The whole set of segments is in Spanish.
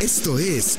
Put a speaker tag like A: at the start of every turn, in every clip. A: Esto es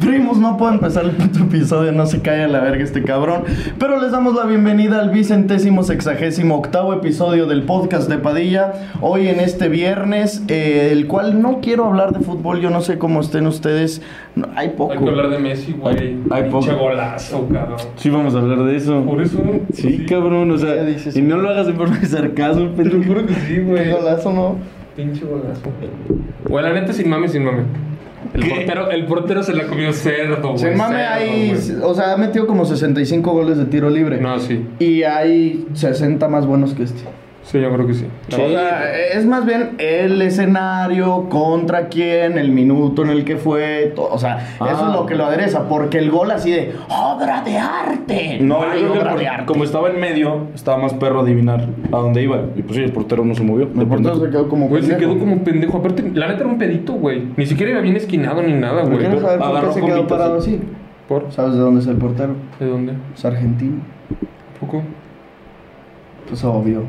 B: Primos, no puedo empezar el puto episodio, no se cae a la verga este cabrón. Pero les damos la bienvenida al vicentésimo sexagésimo octavo episodio del podcast de Padilla. Hoy en este viernes, eh, el cual no quiero hablar de fútbol, yo no sé cómo estén ustedes. No, hay poco.
C: Hay que hablar de Messi, güey.
D: Hay- hay
C: Pinche
D: poco.
C: golazo, cabrón.
D: Sí, vamos a hablar de eso.
C: Por eso.
D: Sí, cabrón, o
B: Ya
D: sea,
B: dices
D: y
B: eso.
D: no lo hagas de forma de sarcasmo,
C: Te lo
D: pendejo.
C: juro que sí,
B: Qué
C: güey.
B: golazo, ¿no?
C: Pinche golazo. Güey, la neta, sin mame, sin mame. El
B: ¿Qué?
C: portero, el portero se la comió cerdo, güey.
B: Se mame
C: cerdo,
B: ahí,
C: güey.
B: o sea, ha metido como 65 goles de tiro libre.
C: No, sí.
B: Y hay 60 más buenos que este.
C: Sí, yo creo que sí. La
B: O
C: verdad.
B: sea, es más bien el escenario, contra quién, el minuto en el que fue, todo, o sea, eso
D: Ah.
B: es lo que lo adereza, porque el gol así de obra de arte.
D: No,
B: hay
D: yo creo que
B: obra
D: por-
B: de arte.
D: como estaba en medio, estaba más perro adivinar a dónde iba. Y pues sí, el portero no se movió. de
B: el portero se
D: pendejo.
B: quedó como
C: Güey, se
B: pendejo.
C: quedó como pendejo. Aparte, la neta era un pedito, güey. Ni siquiera iba bien esquinado ni nada,
B: Pero
C: güey.
B: quiero saber por qué
D: agarró
B: se quedó
D: combitas,
B: parado
D: sí.
B: así.
C: ¿Por?
B: ¿Sabes de dónde es el portero?
C: ¿De dónde?
B: Es argentino.
C: ¿Poco?
B: Pues obvio.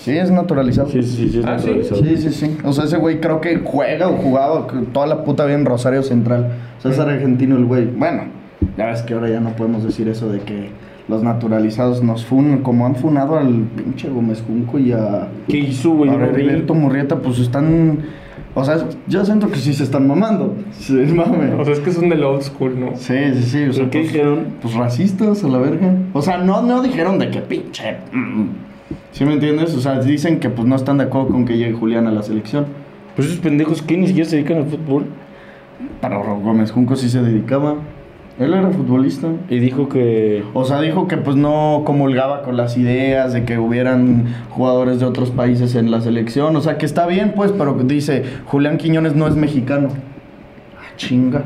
B: Sí, es naturalizado.
D: Sí, sí, sí, es
C: Ah, ¿sí?
D: naturalizado.
B: Sí, sí, sí. O sea, ese güey creo que juega o jugaba que toda la puta vida en Rosario Central. O sea, es argentino el güey. Bueno, ya ves que ahora ya no podemos decir eso de que los naturalizados nos funan, como han funado al pinche Gómez Junco y a,
D: ¿Qué hizo, güey?
B: a
D: No vi.
B: Roberto Murrieta, pues están... O sea, yo siento que sí se están mamando. Sí, mame.
C: O sea, es que son del old school, ¿no?
B: Sí, sí, sí. O sea,
D: ¿Pero qué
B: pues-
D: dijeron?
B: pues racistas a la verga. O sea, no, no dijeron de que pinche. mm. ¿Sí me entiendes? O sea, dicen que pues no están de acuerdo con que llegue Julián a la selección.
D: Pues esos pendejos que ni siquiera se dedican al fútbol.
B: Pero Ro- Gómez Junco sí se dedicaba. Él era futbolista.
D: Y dijo que.
B: O sea, dijo que pues no comulgaba con las ideas de que hubieran jugadores de otros países en la selección. O sea, que está bien, pues, pero dice, Julián Quiñones no es mexicano. Ah, chinga.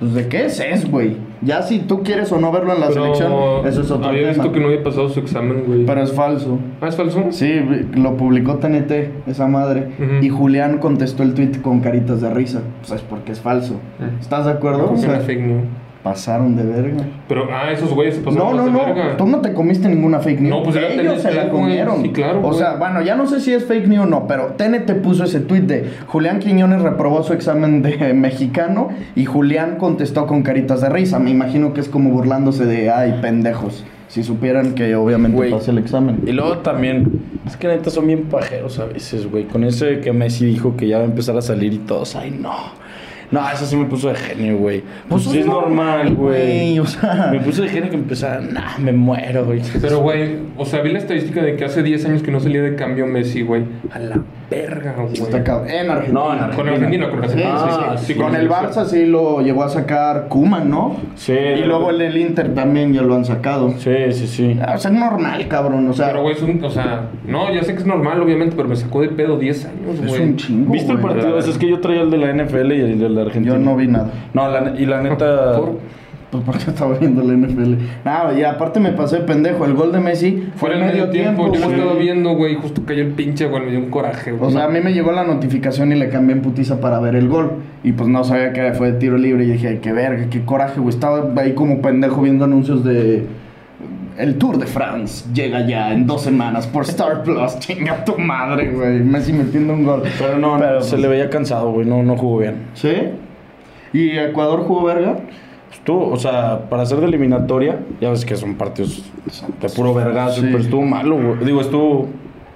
B: Pues de qué es, es, güey. Ya si tú quieres o no verlo en la
C: Pero
B: selección, eso es otro
C: Había
B: tema.
C: visto que no había pasado su examen, güey.
B: Pero es falso.
C: ¿Ah, es falso?
B: Sí, lo publicó TNT, esa madre.
C: Ujú.
B: Y Julián contestó el tweet con caritas de risa. Pues es porque es falso.
C: Mm.
B: ¿Estás de acuerdo?
C: Como
B: O
C: que
B: sea,
C: una fake news.
B: pasaron de verga.
C: Pero, ah, esos güeyes se pasaron
B: No, no,
C: más de
B: no.
C: verga.
B: Tú no te comiste ninguna fake news.
C: No, pues era
B: Ellos
C: TNT,
B: se la
C: güey.
B: comieron.
C: Sí, claro,
B: O
C: güey.
B: sea, bueno, ya no sé si es fake news o no, pero TNT puso ese tweet de Julián Quiñones reprobó su examen de mexicano y Julián contestó con caritas de risa. Me imagino que es como burlándose de, ay, pendejos. Si supieran que obviamente
D: Güey.
B: pasé el examen.
D: Y luego también. Es que neta son bien pajeros a veces, güey. Con eso de que Messi dijo que ya va a empezar a salir y todos. Ay, no. No, eso sí me puso de genio, güey. Pues, sí es normal, güey.
B: O sea,
D: Me puse de genio que empezaba, nah, me muero, güey.
C: Pero, güey, o sea, vi la estadística de que hace 10 años que no salía de cambio Messi, güey. A la verga, güey.
B: está cabrón. En Argentina.
D: No, en Argentina.
C: Con Argentina, con Argentina.
D: Ah,
C: sí, sí,
D: sí.
C: con
B: Con el Barça sí lo llegó a sacar Kuman, ¿no?
D: Sí.
B: Y luego el del Inter también ya lo han sacado.
D: Sí, sí, sí.
B: Ah, O sea, es normal, cabrón. O sea,
C: Pero, güey, es un. O sea, no, ya sé que es normal, obviamente, pero me sacó de pedo 10 años,
B: es
C: güey.
B: un chingo.
D: ¿Viste el
B: güey.
D: partido? O sea, es que yo traía el de la NFL y el de la Argentina.
B: Yo no vi nada.
D: No, la ne- y la neta.
C: Por-
B: Pues porque estaba viendo la NFL. Ah, y aparte me pasé pendejo. El gol de Messi fue
C: Fue
B: en medio tiempo.
C: Yo lo
B: güey.
C: estaba viendo, güey. Justo cayó el pinche, güey. Me dio un coraje, güey.
B: O sea, a mí me llegó la notificación y le cambié en putiza para ver el gol. Y pues no sabía que fue de tiro libre. Y dije, ay, qué verga, qué coraje, güey. Estaba ahí como pendejo viendo anuncios de. El Tour de France llega ya en dos semanas por Star Plus. Chinga tu madre, güey. Messi metiendo un gol.
D: Pero no,
B: Pero, pues,
D: se le veía cansado, güey. No, no jugó bien.
B: ¿Sí? ¿Y Ecuador jugó verga?
D: Estuvo, o sea, para hacer de eliminatoria, ya ves que son partidos de puro vergazo,
B: Sí.
D: pero estuvo malo, güey. Digo, estuvo.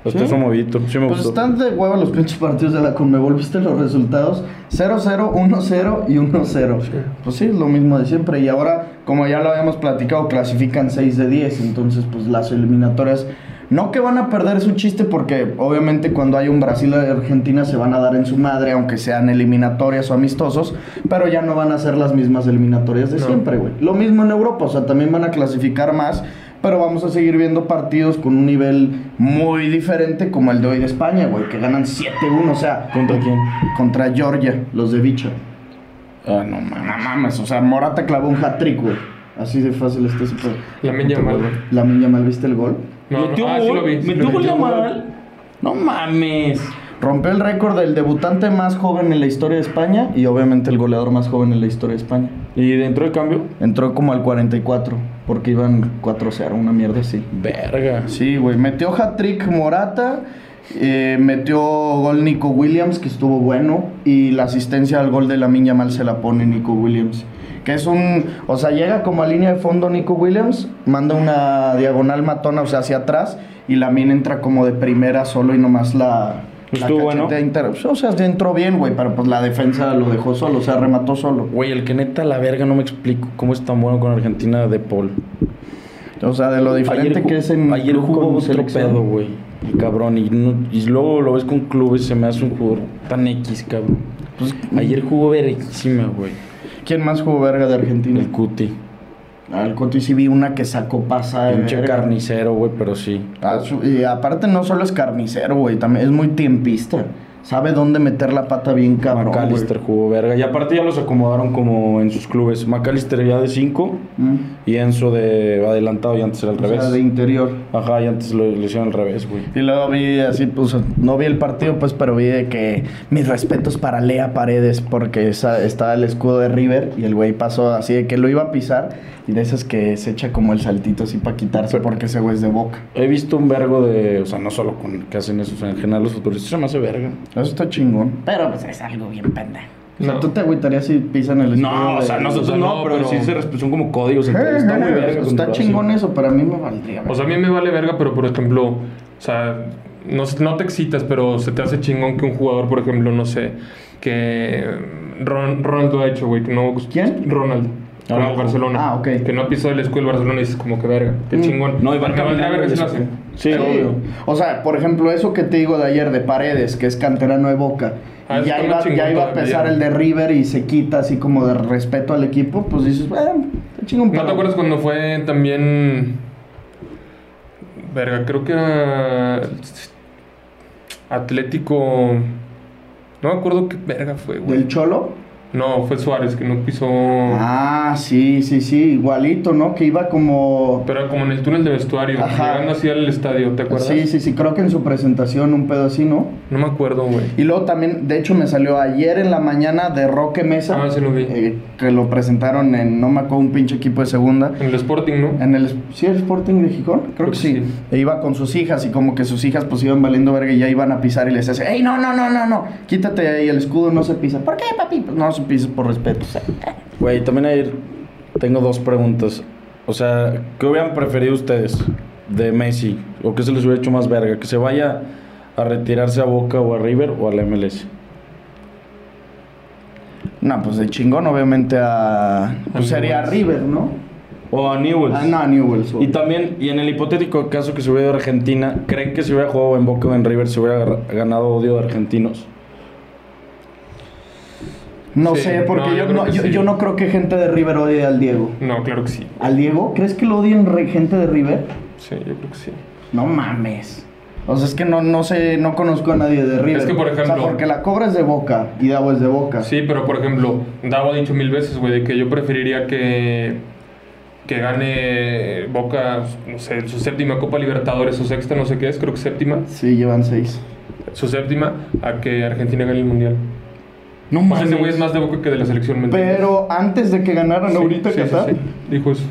D: Estuvo
B: ¿Sí?
D: su movidito. Sí, me
B: Pues
D: gustó.
B: están de hueva los pinches partidos de la Conmebol. ¿Viste los resultados? 0-0, 1-0 y 1-0. Pues sí, es lo mismo de siempre. Y ahora, como ya lo habíamos platicado, clasifican 6 de 10. Entonces, pues las eliminatorias. No que van a perder su chiste porque obviamente cuando hay un Brasil y Argentina se van a dar en su madre, aunque sean eliminatorias o amistosos, pero ya no van a ser las mismas eliminatorias de
C: No.
B: siempre, güey. Lo mismo en Europa, o sea, también van a clasificar más, pero vamos a seguir viendo partidos con un nivel muy diferente como el de hoy de España, güey, que ganan 7-1, o sea,
D: ¿Contra quién?
B: contra Georgia, los de Bicha.
D: Ah, no mames.
B: No mames, o sea, Morata clavó un hat-trick, güey. Así de fácil está ese pedo.
C: La meña mal.
B: La Minya mal, ¿viste el gol?
C: No,
D: metió
C: no, ah,
D: gol,
C: sí lo vi. sí
D: metió
C: lo vi.
D: gol Yamal. No mames.
B: Rompió el récord del debutante más joven en la historia de España y obviamente el goleador más joven en la historia de España.
D: ¿Y dentro de cambio?
B: Entró como al 44. Porque iban 4-0, una mierda así.
D: Verga.
B: Sí, güey. Metió hat-trick Morata. eh, metió gol Nico Williams, que estuvo bueno. Y la asistencia al gol de la Miña Mal se la pone Nico Williams. Que es un. O sea, llega como a línea de fondo Nico Williams, manda una diagonal matona, o sea, hacia atrás. Y la mina entra como de primera solo y nomás la. la
D: Estuvo bueno.
B: cachetea inter- O sea, entró bien, güey, pero pues la defensa lo dejó solo, o sea, remató solo.
D: Güey, el que neta la verga no me explico cómo es tan bueno con Argentina de Paul.
B: O sea, de lo diferente
D: Ayer ju-
B: que es en.
D: Ayer
B: club
D: jugó
B: con
D: otro
B: selección.
D: pedo, güey. El cabrón. Y, no- y luego lo ves con clubes, se me hace un jugador tan X, cabrón.
B: Pues,
D: Ayer jugó verguísima, güey.
B: ¿Quién más jugó verga de Argentina?
D: El Cuti.
B: Al Coto y sí vi una que sacó pasa. de
D: Pinche
B: Ah, verga.
D: carnicero, güey, pero sí.
B: Ah, su- Y aparte no solo es carnicero, güey, también es muy tiempista. Sabe dónde meter la pata bien cabrón, güey.
D: McAllister jugó verga. Y aparte ya los acomodaron como en sus clubes. McAllister ya de 5
B: Mm.
D: y Enzo de adelantado y antes era al
B: O sea,
D: revés.
B: de interior.
D: Ajá, y antes lo, lo hicieron al revés, güey.
B: Y luego vi así, pues, no vi el partido, pues, pero vi de que mis respetos para Lea Paredes, porque esa, estaba el escudo de River y el güey pasó así de que lo iba a pisar y de esas que se echa como el saltito así para quitarse porque ese güey es de boca.
D: He visto un vergo de. O sea, no solo con que hacen eso, o sea, en general los futbolistas se me hace verga.
B: Eso está chingón.
E: Pero pues es algo bien pendejo.
B: O sea,
C: No.
B: ¿Tú te agüitarías si pisan el escudo?
D: No, o sea,
B: de-
D: nosotros
C: o sea,
D: no,
C: no,
D: pero,
C: pero-
D: sí se resp- son como códigos.
B: Eh,
D: entonces, está muy
B: eh,
D: verga. con
B: Está
D: Croacia.
B: chingón eso, para mí me valdría.
C: O sea, a mí me vale verga, pero por ejemplo, o sea, no, no te excitas, pero se te hace chingón que un jugador, por ejemplo, no sé, que Ron- Ronaldo ha hecho, güey, que no...
B: ¿Quién?
C: Ronaldo.
D: Ah,
C: Ronaldo
D: ojo.
C: Barcelona.
B: Ah, ok. Mm.
C: Que no ha pisado el escudo del Barcelona y dices como que verga, qué chingón.
D: No, y van
C: Me valdría
D: caminando
C: verga si lo hace.
D: después. Sí, obvio.
B: O sea, por ejemplo, eso que te digo de ayer de Paredes, que es canterano de Boca,
C: Ah, eso
B: ya,
C: está
B: iba,
C: más chingón
B: ya iba a
C: todavía.
B: pesar el de River y se quita así como de respeto al equipo, pues dices, bueno, está chingón.
C: ¿No
B: pero-
C: te acuerdas cuando fue también. Verga, creo que era. Atlético. No me acuerdo qué verga fue, güey.
B: ¿Del Cholo?
C: No, fue Suárez, que no pisó.
B: Ah, sí, sí, sí, igualito, ¿no? Que iba como...
C: Pero como en el túnel de vestuario,
B: Ajá.
C: llegando así al estadio, ¿te acuerdas?
B: Sí, sí, sí, creo que en su presentación un pedo así, ¿no?
C: No me acuerdo, güey.
B: Y luego también, de hecho, me salió ayer en la mañana de Roque Mesa,
C: Ah, sí lo vi.
B: eh, que lo presentaron en, no me acuerdo, un pinche equipo de segunda.
C: En el Sporting, ¿no?
B: En el, ¿Sí el Sporting de Gijón? Creo, que, sí. E iba con sus hijas y como que sus hijas pues iban valiendo verga y ya iban a pisar y les hace, ¡Ey, no, no, no, no, no! Quítate ahí el escudo, no se pisa. ¿Por qué, papi? Pues no se pisa por respeto.
D: Güey, también ayer tengo dos preguntas. O sea, ¿qué hubieran preferido ustedes de Messi? ¿O qué se les hubiera hecho más verga? ¿Que se vaya a retirarse a Boca o a River o a la MLS?
B: No, pues de chingón obviamente a... Pues sería a
C: Newell's. Pues,
B: River, ¿no?
D: O a Newell's.
B: Ah, no, a Newell's.
D: Y también, y en el hipotético caso que se hubiera ido a Argentina, ¿creen que si hubiera jugado en Boca o en River se hubiera gar- ganado odio de argentinos?
B: No
C: Sí,
B: sé, porque
C: no, yo
B: yo,
C: creo
B: no,
C: que
B: yo,
C: sí.
B: yo no creo que gente de River odie al Diego.
C: No, claro que sí.
B: ¿Al Diego? ¿Crees que lo odien re- gente de River?
C: Sí, yo creo que sí.
B: No mames. O sea, es que no, no sé, no conozco a nadie de River.
C: Es que, por
B: O sea,
C: ejemplo-
B: porque la cobra es de boca y Davo es de boca.
C: Sí, pero por ejemplo, Davo ha dicho mil veces, güey, de que yo preferiría que, que gane Boca, no sé, su séptima Copa Libertadores, su sexta, no sé qué es, creo que séptima,
B: Sí, llevan seis.
C: su séptima, a que Argentina gane el Mundial.
D: No
C: O sea, ese güey es más de Boca que de la selección. ¿me entiendes?
B: Pero antes de que ganaran
C: Sí,
B: ahorita
C: sí, sí,
B: Qatar.
C: sí, dijo eso.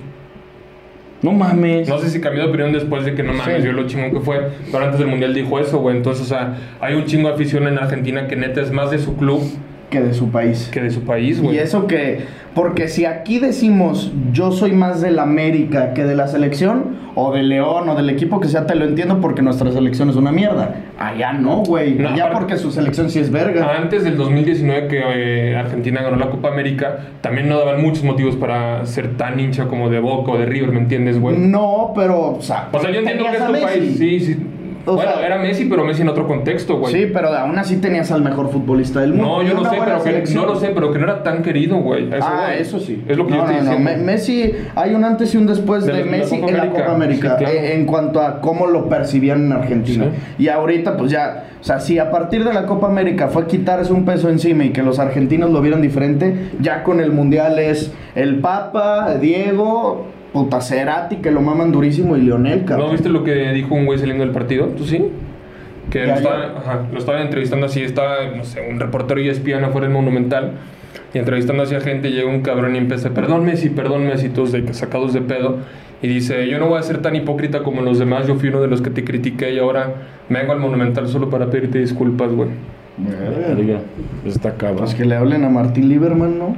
D: No mames.
C: No sé si cambió de opinión después de que no mames,
D: Sí.
C: vio lo chingón que fue, pero antes del Mundial dijo eso, güey. Entonces, o sea, hay un chingo de afición en Argentina que neta es más de su club
B: Que de su país.
C: que de su país, güey.
B: Y eso que, porque si aquí decimos yo soy más del América que de la selección, o de León, o del equipo que sea, te lo entiendo porque nuestra selección es una mierda. Allá no, güey.
C: No,
B: Allá
C: aparte- Ah,
B: porque su selección sí es verga.
C: Antes del 2019 que eh, Argentina ganó la Copa América, también no daban muchos motivos para ser tan hincha como de Boca o de River, ¿me entiendes, güey?
B: No, pero, o sea,
C: o sea, yo entiendo que es
B: Mm, tenías
C: tu
B: a Messi.
C: país. Sí, sí.
B: O
C: bueno,
B: sea-
C: era Messi, pero Messi en otro contexto, güey.
B: Sí, pero aún así tenías al mejor futbolista del mundo.
C: no,
B: Y
C: yo no
B: una
C: sé,
B: buena
C: pero que,
B: selección.
C: no lo sé, pero que no era tan querido, güey. A eso
B: Ah,
C: voy.
B: eso sí.
C: Es lo que
B: No,
C: yo estoy
B: no, no.
C: diciendo.
B: Me- Messi, hay un antes y un después
C: De
B: de,
C: la- la
B: Messi
C: Copa
B: en la
C: América.
B: Copa América.
C: Sí, claro.
B: eh, en cuanto a cómo lo percibían en Argentina. Y ahorita, pues ya, o sea, si a partir de la Copa América fue quitarse un peso encima y que los argentinos lo vieran diferente, ya con el Mundial es el Papa, Diego, puta Cerati, que lo maman durísimo, y Lionel, cabrón.
C: ¿No viste lo que dijo un güey saliendo del partido? ¿Tú sí?
B: Ya,
C: Que lo
B: ya.
C: E estaban, ajá, lo estaban entrevistando así, estaba, no sé, un reportero y espiana afuera del Monumental. y entrevistando hacia gente llega un cabrón y empieza, perdón Messi, perdón Messi, todos de que sacados de pedo. Y dice, yo no voy a ser tan hipócrita como los demás, yo fui uno de los que te critiqué y ahora me vengo al Monumental solo para pedirte disculpas, güey.
D: Verga, Está cabrón.
B: Pues que le hablen a Martín Lieberman, ¿no?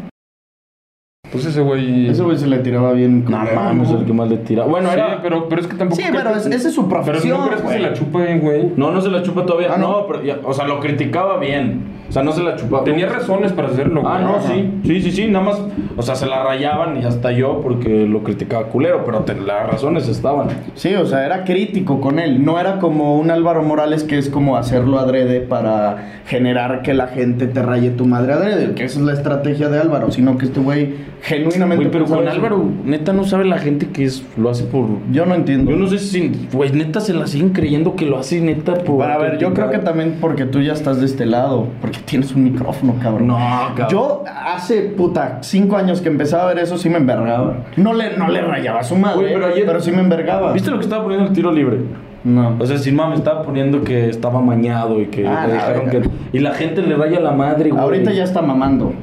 C: Pues ese güey...
B: Ese güey se le tiraba bien.
D: No
B: culero,
D: mames, el que más le tira. Bueno,
C: Sí,
D: era.
C: pero, pero es que tampoco...
B: Sí, pero es- esa es su
C: Pero
B: profesión,
C: no crees que se
B: güey.
C: la chupen, güey.
D: No, no se la chupa todavía.
B: Ah, no.
D: no. pero ya- o sea, lo criticaba bien. O sea, no se la chupaba.
C: Tenía razones para hacerlo, güey.
D: Ah, no, sí. Sí, sí, sí. Nada más. O sea, se la rayaban y hasta yo porque lo criticaba culero. Pero te- las razones estaban.
B: Sí, o sea, era crítico con él. No era como un Álvaro Morales que es como hacerlo adrede para generar que la gente te raye tu madre adrede, que esa es la estrategia de Álvaro, sino que este güey genuinamente.
D: Güey, pero
B: pensaba
D: con
B: eso.
D: Álvaro, neta, no sabe la gente que es, lo hace por.
B: Yo no entiendo.
D: Yo no sé si. Güey, neta, se la siguen creyendo que lo hace neta por.
B: Para ver, yo creo que también porque tú ya estás de este lado, porque tienes un micrófono, cabrón.
D: No, cabrón.
B: Yo hace puta cinco años que empezaba a ver eso sí me envergaba. No le, no le rayaba a su madre,
D: Güey,
B: pero,
D: pero ayer-
B: sí me envergaba.
D: ¿Viste lo que estaba poniendo el tiro libre?
B: No.
D: O sea, sin mames, estaba poniendo que estaba mañado y que
B: Ah, la
D: le dejaron
B: verga.
D: que. Y la gente le vaya la madre, güey.
B: Ahorita ya está mamando.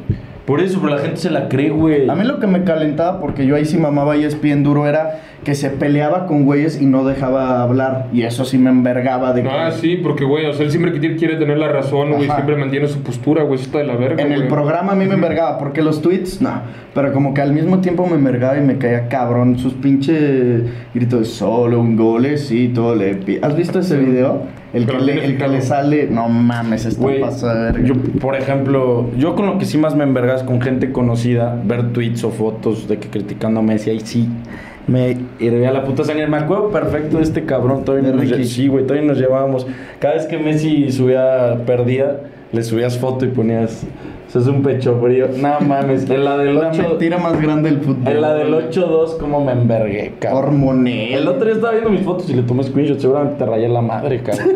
D: Por eso, pero la gente se la cree, güey.
B: A mí lo que me calentaba, porque yo ahí sí mamaba y es bien duro, era que se peleaba con güeyes y no dejaba hablar. Y eso sí me envergaba de que
C: Ah, sí, porque, güey, o sea, él siempre quiere, quiere tener la razón, güey,
B: Ajá.
C: siempre mantiene su postura, güey, eso está de la verga,
B: en el
C: güey.
B: programa a mí me envergaba, porque los tweets, no. Pero como que al mismo tiempo me envergaba y me caía cabrón sus pinche gritos de solo un golecito le pi-". ¿Has visto ese video? El que,
C: Pero
B: le,
C: tiene
B: el que
C: picado.
B: le sale, no mames, está
D: Güey,
B: pasada de verga.
D: yo, por ejemplo, yo con lo que sí más me envergas con gente conocida, ver tweets o fotos de que criticando a Messi, ahí sí me hervía la puta sangre. Me acuerdo perfecto de este cabrón, todavía
B: De
D: nos,
B: Ricky.
D: lle- sí, güey, todavía nos llevábamos. Cada vez que Messi subía, perdía, le subías foto y ponías, eso es un pecho frío. No mames, en la del
B: la
D: 8,
B: mentira más grande del fútbol.
D: en la del 8-2, cómo me envergué, cabrón. El
B: Hormonel.
D: otro día estaba viendo mis fotos y le tomé screenshot. Seguramente te rayé la madre, cabrón.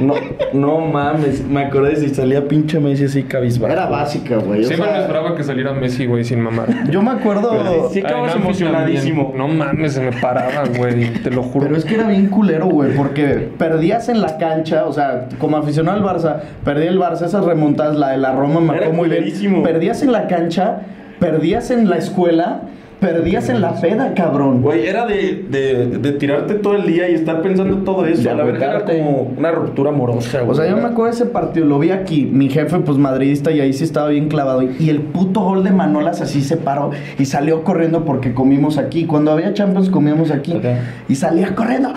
D: No, no mames. Me acordé si salía pinche Messi así cabizbajo.
B: Era básica, güey. o
C: Siempre me
B: sea,
C: esperaba que saliera Messi, güey, sin mamar.
B: yo me acuerdo.
D: Sí,
C: Ay,
D: acabas
C: Nampi
D: emocionadísimo.
C: también. No mames, se me paraba, güey, te lo juro.
B: Pero es que era bien culero, güey, porque perdías en la cancha, o sea, como aficionado al Barça, perdí el Barça, esas remontadas, la de la Roma me
D: Era
B: acuerdo muy bien.
D: culerísimo.
B: Perdías en la cancha, perdías en la escuela, perdías en la peda, cabrón.
D: Güey, era de, de, de tirarte todo el día y estar pensando todo eso.
B: De
D: la verdad era
B: agotarte.
D: como una ruptura amorosa, güey.
B: O sea, yo me acuerdo de ese partido, lo vi aquí, mi jefe, pues madridista, y ahí sí estaba bien clavado. y- Y el puto gol de Manolas así se paró y salió corriendo porque comimos aquí. Cuando había Champions comíamos aquí.
D: Ok.
B: Y salía corriendo.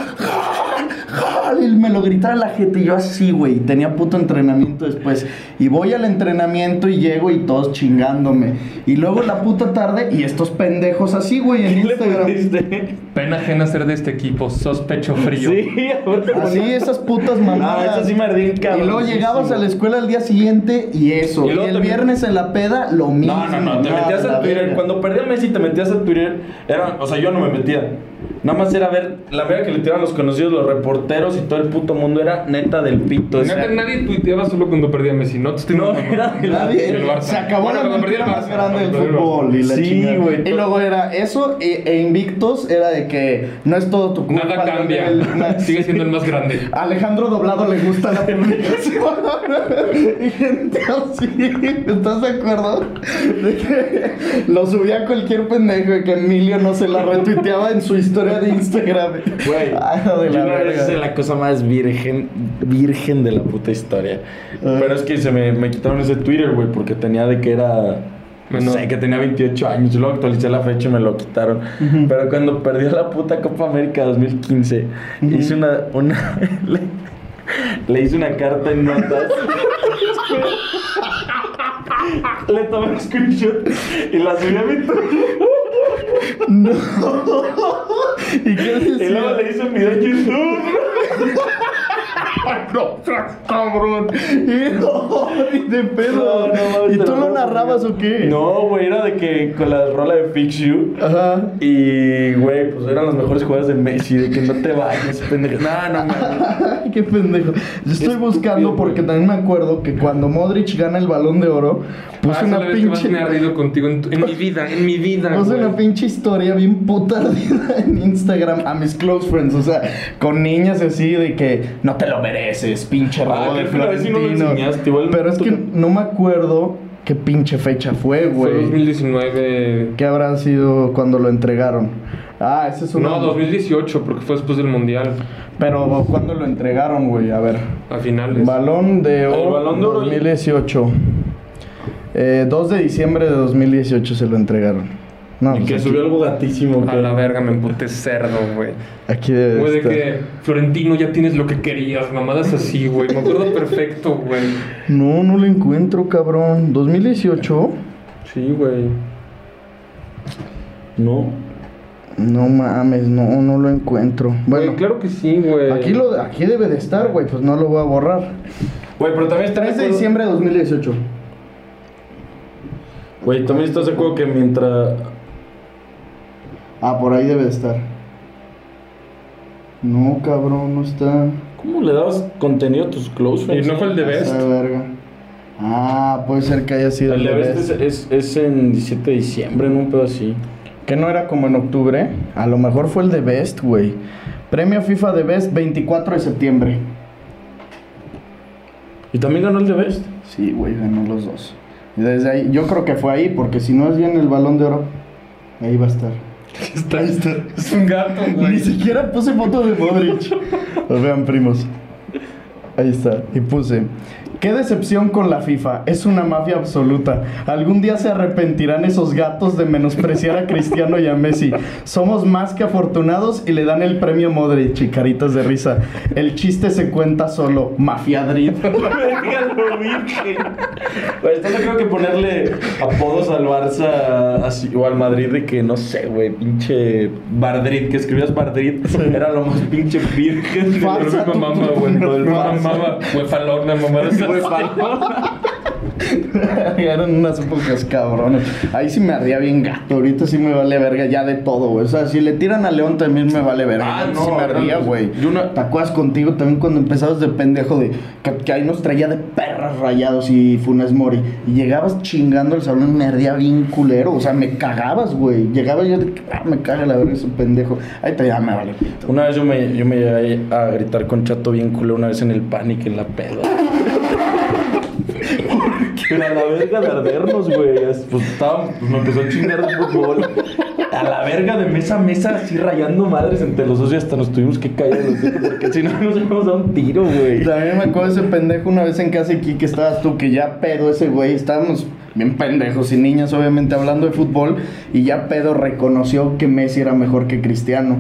B: ¡Gol! ¡Gol! Y me lo gritaba la gente y yo así, güey. y Tenía puto entrenamiento después. Y voy al entrenamiento y llego y todos chingándome. Y luego la puta tarde y estos pendejos así, güey, en
D: ¿Qué le
B: Instagram.
D: pusiste?
C: Pena ajena ser de este equipo, sospecho frío.
D: Sí, aparte
B: Así,
D: ponía-
B: esas putas mamadas.
D: No, eso Ah, sí me ardí un cabrón.
B: Y luego llegabas
D: Sí,
B: a la
D: sí.
B: escuela al día siguiente y eso.
D: Y
B: Y,
D: luego
B: el
D: también-
B: viernes en la peda, lo mismo.
D: No, no, no, te metías
B: la
D: a Twitter.
B: verga.
D: Cuando perdía Messi te metías a Twitter. Era, o sea, yo no me metía. Nada más era ver la verga que le tiraban los conocidos, los reporteros y todo el puto mundo era neta del pito. o sea,
C: Neta, nadie tuiteaba solo cuando perdía Messi, no te estoy
D: No,
C: mamando.
D: era de la
B: Nadie-
C: El Barça.
B: se acabó
C: Bueno,
B: la
C: cuando perdí
B: mentira
C: el
B: más
C: Barça,
B: grande del
C: cuando perdí el
B: fútbol y la
D: Sí,
B: chingada.
D: güey.
B: Y luego era eso e, e Invictos era de que no es todo tu culpa.
C: Nada cambia,
B: El- na-
C: sigue siendo el más grande.
B: Alejandro Doblado le gusta la publicación. y gente así, ¿estás de acuerdo? De que lo subía cualquier pendejo y que Emilio no se la retuiteaba en su historia de Instagram.
D: Güey,
B: Ah, no, de
D: yo
B: la
D: una vez
B: verga.
D: hice la cosa más virgen, virgen de la puta historia.
B: Ah.
D: Pero es que se me, me quitaron ese Twitter, güey, porque tenía de que era. No
C: Menor.
D: sé, que tenía 28 años. Yo luego actualicé la fecha y me lo quitaron. Pero cuando perdió la puta Copa América 2015, hice una. una le, le hice una carta en notas. le tomé un screenshot y la subí a mi Twitter.
B: No. ¿Y qué decía?
D: Y luego le hice un video en YouTube.
B: No, tras, cabrón. Y no, ni de pedo.
D: No, no, mames,
B: ¿Y
D: te
B: tú
D: lo
B: lo
D: juro,
B: narrabas
D: güey.
B: o qué?
D: No, güey, era de que con la rola de Fix You.
B: Ajá.
D: Y, güey, pues eran las mejores jugadas de Messi, de que no te vayas, pendejo. No, no, no.
B: Ay, qué pendejo. Yo estoy
D: Estúpido,
B: buscando
D: güey.
B: porque también me acuerdo que cuando Modric gana el balón de oro, puse
C: Ah, es
B: una
C: la vez que más
B: pinche.
C: me ha ardido contigo en, tu- en mi vida, en mi vida.
B: Puse
C: güey.
B: una pinche historia bien puta ardida en Instagram a mis close friends, o sea, con niñas así de que no te lo mereces, pinche rabo
D: Ah,
B: de
D: creo que una vez sí no lo
B: Florentino".
D: enseñaste, igual
B: Pero es
D: tú-
B: que no me acuerdo ¿Qué pinche fecha fue,
C: Fue
B: güey?
C: 2019.
B: ¿Qué habrá sido cuando lo entregaron? Ah, ese es uno.
C: No, 2018, porque fue después del Mundial,
B: Pero ¿cuándo lo entregaron, güey? A ver.
C: a finales.
B: Balón de
D: El
B: oro
D: Balón de Oro.
B: 2018. Eh, 2 de diciembre de 2018 se lo entregaron. No,
D: Y
B: pues
D: que
B: aquí-
D: subió algo gatísimo.
C: A
D: que-
C: la verga, me emputé cerdo, güey.
B: Aquí debe
C: Güey, de
B: estar.
C: que Florentino ya tienes lo que querías, mamadas así, güey. Me acuerdo perfecto, güey.
B: No, no lo encuentro, cabrón. 2018.
C: Sí, güey.
D: No.
B: No mames, no, no lo encuentro. Bueno,
C: Güey, claro que sí, güey.
B: aquí, lo, aquí debe de estar, güey, pues no lo voy a borrar.
D: Güey, pero también está
B: 3 de diciembre de 2018.
D: Güey, también estás de acuerdo que mientras.
B: Ah, por ahí debe de estar. No, cabrón, no está.
D: ¿Cómo le dabas contenido a tus close
C: Y
D: friends?
C: no fue el de Best.
B: Esa verga. Ah, puede ser que haya sido
D: El de
B: de
D: Best
B: Best.
D: es, es, es en 17 de diciembre, en un pedo así.
B: Que no era como en octubre. A lo mejor fue el de Best, güey. Premio FIFA de Best 24 de septiembre.
D: Y también ganó el de Best.
B: Sí, güey, ganó los dos. Y Desde ahí, yo creo que fue ahí, porque si no es bien el balón de oro, ahí va a estar.
C: Está, Es un gato,
B: Ni
C: güey.
B: siquiera puse foto de Modric. Pues vean, primos. Ahí está. Y puse. Qué decepción con la FIFA. Es una mafia absoluta. Algún día se arrepentirán esos gatos de menospreciar a Cristiano y a Messi. Somos más que afortunados y le dan el premio Modric. Y caritas de risa. El chiste se cuenta solo. Mafiadrid.
D: Güey, estás de acuerdo que ponerle apodos al Barça así, o al Madrid de que no sé, güey, pinche Bardrid, que escribías Bardrid, era lo más pinche virgen de
C: Pero
B: Falsa,
C: me
B: tú-
C: mamá,
B: tú-
C: güey.
B: no,
C: Me
B: falsa.
C: mamaba. Güey, falona, mamadas así.
D: Güey, palo.
B: Eran unas épocas cabrones. Ahí sí me ardía bien gato. Ahorita sí me vale verga ya de todo, güey. O sea, si le tiran a León también me vale verga.
D: Ah,
B: Antes
D: no,
B: sí me ardía,
D: eran-
B: güey.
D: yo una-
B: ¿Te acuerdas contigo también cuando empezabas de pendejo de que, que ahí nos traía de perras rayados y Funes Mori? Y llegabas chingando al salón, me ardía bien culero. O sea, me cagabas, güey. Llegaba yo de que "Ah, me caga la verga ese pendejo. Ahí te ya me vale pito.
D: Una vez yo me, yo me llegué a gritar con chato bien culo una vez en el pánico, en la peda. Pero a la verga de ardernos, güey. as- Pues, estaba- pues me empezó a chingar el fútbol. A la verga de mesa a mesa, así rayando madres entre los dos y hasta nos tuvimos que callar los dos, porque si no nos íbamos a un tiro, güey.
B: También me acuerdo de ese pendejo una vez en casa aquí que estabas tú, que ya pedo ese güey, estábamos bien pendejos y niñas obviamente hablando de fútbol y ya pedo reconoció que Messi era mejor que Cristiano.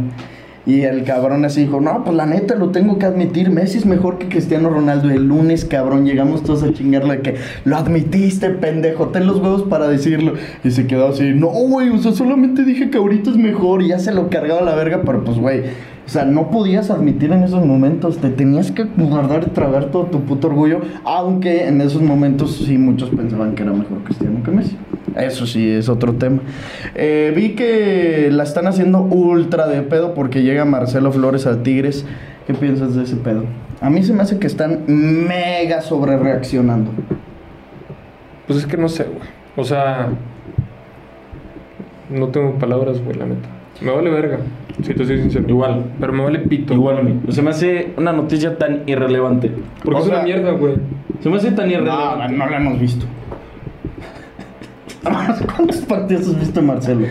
B: Y el cabrón así dijo, no, pues la neta lo tengo que admitir, Messi es mejor que Cristiano Ronaldo. El lunes, cabrón, llegamos todos a chingarle de que lo admitiste, pendejo, ten los huevos para decirlo. Y se quedó así, no, güey, o sea, solamente dije que ahorita es mejor y ya se lo cargaba la verga, pero pues, güey, o sea, no podías admitir en esos momentos, te tenías que guardar y tragar todo tu puto orgullo, aunque en esos momentos sí muchos pensaban que era mejor Cristiano que Messi. Eso sí, es otro tema. Eh, vi que la están haciendo ultra de pedo porque llega Marcelo Flores al Tigres. ¿Qué piensas de ese pedo? A mí se me hace que están mega sobre reaccionando.
C: Pues es que no sé, güey. O sea. No tengo palabras, güey, la neta. Me vale verga. Si te soy sincero.
D: Igual.
C: Pero me vale pito.
D: Igual a mí. Se me hace una noticia tan irrelevante.
C: Porque
B: O
C: es
B: sea-
C: una mierda, güey.
D: Se me hace tan irrelevante.
B: no lo hemos visto. ¿Cuántos partidos has visto, Marcelo?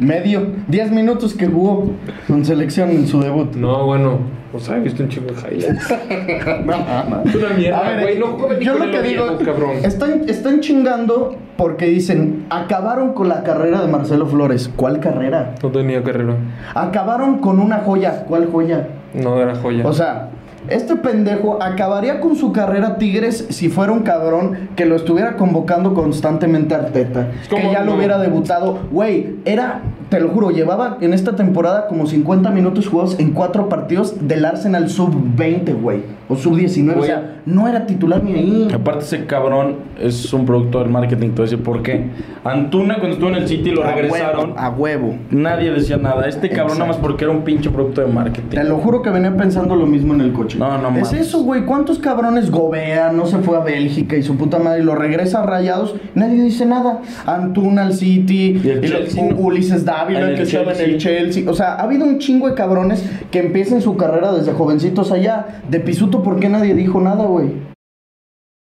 B: Medio. 10 minutos que jugó con selección en su debut.
C: No, bueno. O sea, he visto un chingo de highlights. Ah, Es una mierda,
B: Ah, A ver,
C: güey, no juega ni
B: yo
C: con
B: lo
C: el
B: que digo,
C: Oviedo, cabrón.
B: Están, están chingando porque dicen, acabaron con la carrera de Marcelo Flores. ¿Cuál carrera?
C: No tenía carrera.
B: Acabaron con una joya. ¿Cuál joya?
C: No era joya.
B: O sea, este pendejo acabaría con su carrera Tigres si fuera un cabrón que lo estuviera convocando constantemente a Arteta. Que
C: como-
B: ya lo
C: no.
B: hubiera debutado. Güey, era, te lo juro, llevaba en esta temporada como 50 minutos jugados en cuatro partidos del Arsenal sub-20, güey. O sub-19. O
D: Güey.
B: sea, no era titular ni ahí.
D: Aparte ese cabrón es un producto del marketing, te voy a decir por qué. Antuna cuando estuvo en el City lo regresaron,
B: A Ah, huevo. A huevo.
D: nadie decía nada. Este cabrón nada más porque era un pinche producto de marketing.
B: Te lo juro que venía pensando lo mismo en el coche.
D: No, no
B: Es
D: mames.
B: eso, güey. ¿Cuántos cabrones Gobea no se fue a Bélgica y su puta madre y lo regresa a rayados? Nadie dice nada. Antuna al City,
D: Y el
B: y lo-
D: Chelsea,
B: U-
D: ¿no?
B: Ulises Dávila,
D: En
B: que
D: el
B: estaba en el
D: Chelsea.
B: Chelsea. O sea, ha habido un chingo de cabrones que empiezan su carrera desde jovencitos allá. De Pisuto, ¿por qué nadie dijo nada, güey?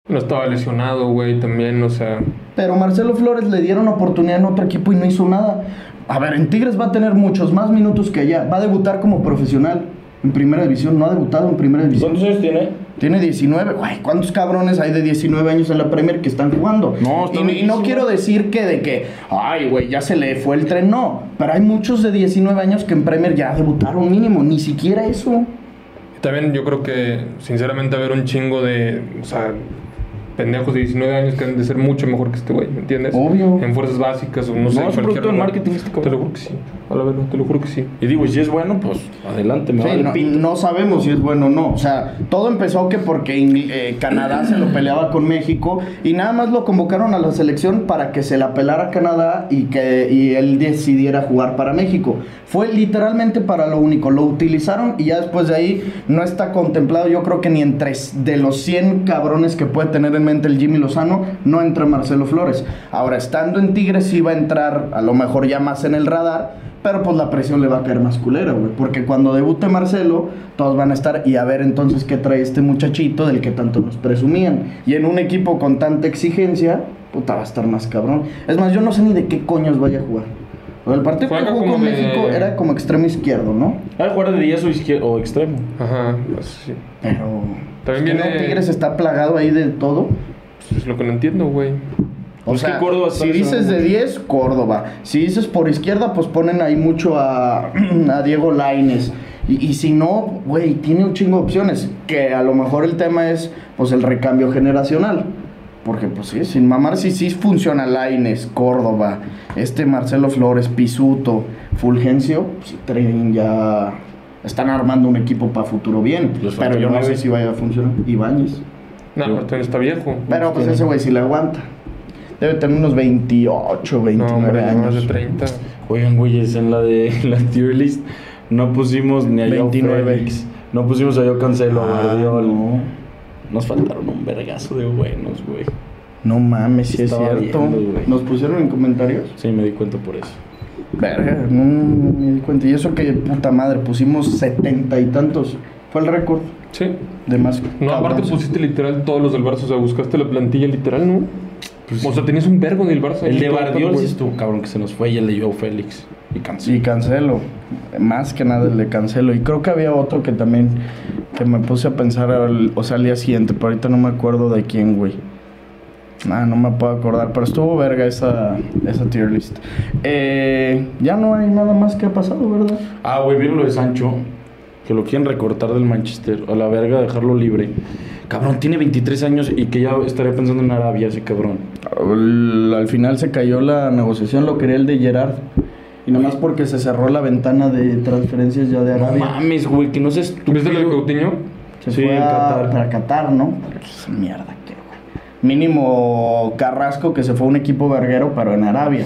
C: No estaba lesionado, güey, también, o sea.
B: Pero Marcelo Flores le dieron oportunidad en otro equipo y no hizo nada. A ver, en Tigres va a tener muchos más minutos que allá. Va a debutar como profesional en primera división. No ha debutado en primera división.
D: ¿Cuántos años tiene?
B: Tiene 19, güey. ¿Cuántos cabrones hay de 19 años en la Premier que están jugando?
D: No, está
B: y, y
D: buenísimo.
B: no quiero decir que de que, ay, güey, ya se le fue el tren. No, pero hay muchos de 19 años que en Premier ya debutaron mínimo. Ni siquiera eso.
C: También yo creo que, sinceramente, haber un chingo de. O sea, pendejos de 19 años que han de ser mucho mejor que este güey, ¿me entiendes?
B: Obvio.
C: En fuerzas básicas o no,
D: No,
C: sé,
D: es
C: en
D: un
C: cualquier
D: producto de
C: lugar.
D: marketing este cabrón.
C: Te lo juro que sí. A la verdad, te lo juro que sí.
D: Y digo, y si es bueno, pues adelante, me
B: Sí,
D: vale
B: no,
D: pito.
B: no sabemos si es bueno o no. O sea, todo empezó que porque Ingl- eh, Canadá se lo peleaba con México y nada más lo convocaron a la selección para que se la pelara Canadá y que y él decidiera jugar para México. Fue literalmente para lo único. Lo utilizaron y ya después de ahí no está contemplado. Yo creo que ni entre s- de los 100 cabrones que puede tener en mente el Jimmy Lozano, no entra Marcelo Flores. Ahora, estando en Tigres, sí va a entrar a lo mejor ya más en el radar. Pero pues la presión le va a caer más culera, güey. Porque cuando debute Marcelo, todos van a estar y a ver entonces qué trae este muchachito del que tanto nos presumían. Y en un equipo con tanta exigencia, puta, va a estar más cabrón. Es más, yo no sé ni de qué coños vaya a jugar. O sea, El partido
C: Juega
B: que jugó
C: como
B: con
C: de-
B: México era como extremo izquierdo, ¿no?
D: Ha de jugar de 10 o, izquier- o extremo.
C: Ajá, pues así.
B: Pero.
C: También
B: es que
C: viene-
B: no, Tigres está plagado ahí de todo.
C: Pues es lo que no entiendo, güey.
B: O
D: Pues que
B: sea,
D: Córdoba está
B: si dices de
D: lesionado
B: 10, Córdoba. Si dices por izquierda, pues ponen ahí mucho a, a Diego Laines. Y, y si no, güey, tiene un chingo de opciones. Que a lo mejor el tema es, pues, el recambio generacional. Porque, pues, sí, sin mamar, sí, sí funciona Laines, Córdoba, este Marcelo Flores, Pisuto, Fulgencio, pues, sí traen ya... Están armando un equipo para futuro bien.
D: Los
B: pero yo no
D: nueve.
B: sé si vaya a funcionar. Ibáñez.
C: No,
D: Yo-
C: pero todavía está viejo.
B: Pero pues ese güey sí la aguanta. Debe tener unos 28,
C: No,
B: 29
C: hombre, no, más
B: años.
C: de 30.
D: Oigan, güeyes, en la de en la tier list no pusimos ni a Joao
B: 29.
D: Félix, no pusimos a Yo Cancelo,
B: Ah,
D: Guardiola.
B: no.
D: Nos faltaron un vergazo de buenos, güey.
B: No mames, sí es
D: Estaba
B: cierto.
D: viendo, güey.
B: Nos pusieron en comentarios.
D: Sí, me di cuenta por eso.
B: Verga, no me di cuenta. Y eso que puta madre, pusimos setenta y tantos. Fue el récord
C: Sí.
B: de más.
C: No, aparte
B: cabrones.
C: pusiste literal todos los del Barça, o sea, buscaste la plantilla literal, ¿no? o sea, tenías un vergo del Barça.
D: Pues El
C: ahí
D: de
C: todo, todo,
D: Guardiola sí
C: güey.
D: estuvo cabrón que se nos fue y el de Joao Félix y Cancelo.
B: Sí, cancelo. Más que nada le cancelo. Y creo que había otro que también que me puse a pensar al, o sea, al día siguiente, pero ahorita no me acuerdo de quién, güey. Ah, no me puedo acordar, pero estuvo verga esa, esa tier list. Eh, ya no hay nada más que ha pasado, ¿verdad?
D: Ah, güey, vieron lo de Sancho. Que lo quieren recortar del Manchester. A la verga, dejarlo libre. Cabrón, tiene 23 años y que ya estaría pensando en Arabia, ese cabrón.
B: Al, al final se cayó la negociación, lo quería el de Gerard. Y nomás porque se cerró la ventana de transferencias ya de
D: No
B: Arabia.
D: mames, güey, que no seas
C: ¿Tú
D: estúpido.
C: viste lo de Coutinho?
B: Se
D: Sí,
B: fue
D: en
B: a-
D: Qatar.
B: para Qatar, ¿no? Pero pues, mierda, qué güey. Mínimo Carrasco que se fue a un equipo verguero, pero en Arabia.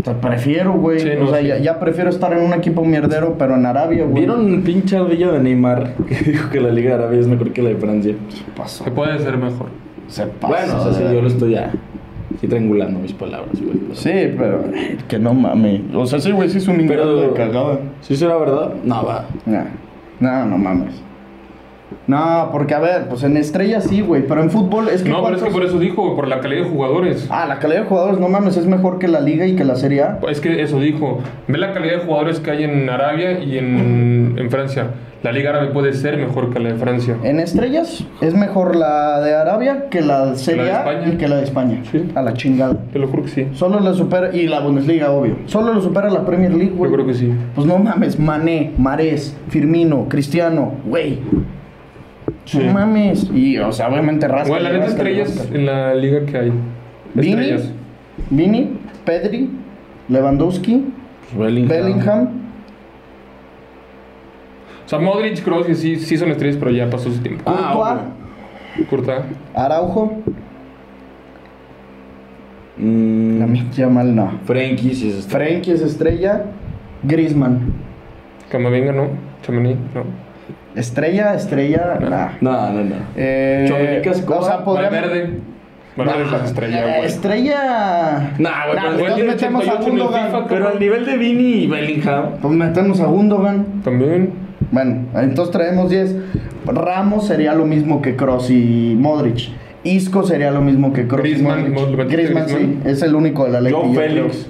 B: O sea, prefiero, güey.
C: Sí,
B: o
C: no,
B: sea,
C: sí.
B: ya, ya prefiero estar en un equipo mierdero, pero en Arabia, güey.
D: ¿Vieron el pinche ardilla de Neymar que dijo que la Liga de Arabia es mejor que la de Francia?
B: Se pasó.
C: Se puede hacer mejor.
B: Se pasó.
D: Bueno, o sea, sí,
B: de-
D: yo lo estoy ya. Sí, triangulando mis palabras, güey.
B: Sí, pero eh, que no mames. O sea, sí, güey, sí es un
D: Pero-
B: ingrato de cagada.
D: ¿Sí será verdad? No, va.
B: Nah. No, no mames. No, porque a ver, pues en estrella sí, güey, pero en fútbol es que
C: No, pero es que
B: ¿cuántos-
C: por eso dijo, por la calidad de jugadores.
B: Ah, la calidad de jugadores, no mames, es mejor que la liga y que la Serie A.
C: Es que eso dijo. Ve la calidad de jugadores que hay en Arabia y en, en Francia. La Liga Árabe puede ser mejor que la de Francia.
B: En estrellas es mejor la de Arabia que la Serie
C: La de
B: A
C: España.
B: y que la de España.
C: Sí.
B: A la chingada.
C: Te lo juro que sí.
B: Solo la supera y la Bundesliga, obvio. Solo lo supera la Premier League,
C: Yo
B: güey.
C: creo que sí.
B: Pues no mames, Mané, Marés, Firmino, Cristiano, güey. No mames. Y, o sea, obviamente rasca.
C: Güey, la
B: le
C: neta
B: rasca, le
C: estrellas
B: rasca.
C: en la liga que hay.
B: Vini,
C: Estrellas.
B: Vini, Pedri, Lewandowski,
D: Pues Bellingham.
B: Bellingham.
C: O sea, Modric, Kroos, que sí, sí son estrellas, pero ya pasó su tiempo.
D: Ah,
B: Courtois,
C: Curta.
B: Araujo. La
D: Mm,
B: mía mal no.
D: Frenkie, sí es este.
B: Frenkie es estrella. Griezmann.
C: Camavinga, no. Chamení, no.
B: Estrella, estrella, nah.
D: No, no, no.
B: Eh,
D: Chomini Cascoa,
B: o sea, podríamos-
C: Valverde. Valverde
B: Nah, Este-
C: es estrella, güey.
B: Estrella.
D: Nah, güey, pero el
B: pues
D: güey
C: tiene
B: metemos a
C: 88 en el
B: Gundogan.
C: FIFA,
D: Pero al nivel de Vini y Bellingham.
B: Pues metemos a Gundogan.
C: También.
B: Bueno, entonces traemos 10. Ramos sería lo mismo que Cross y Modric. Isco sería lo mismo que Kroos. y
C: Griezmann,
B: Modric.
C: lo metiste
B: Griezmann,
C: Griezmann.
B: sí. Es el único de la ley.
D: Joe
B: que yo
D: Félix.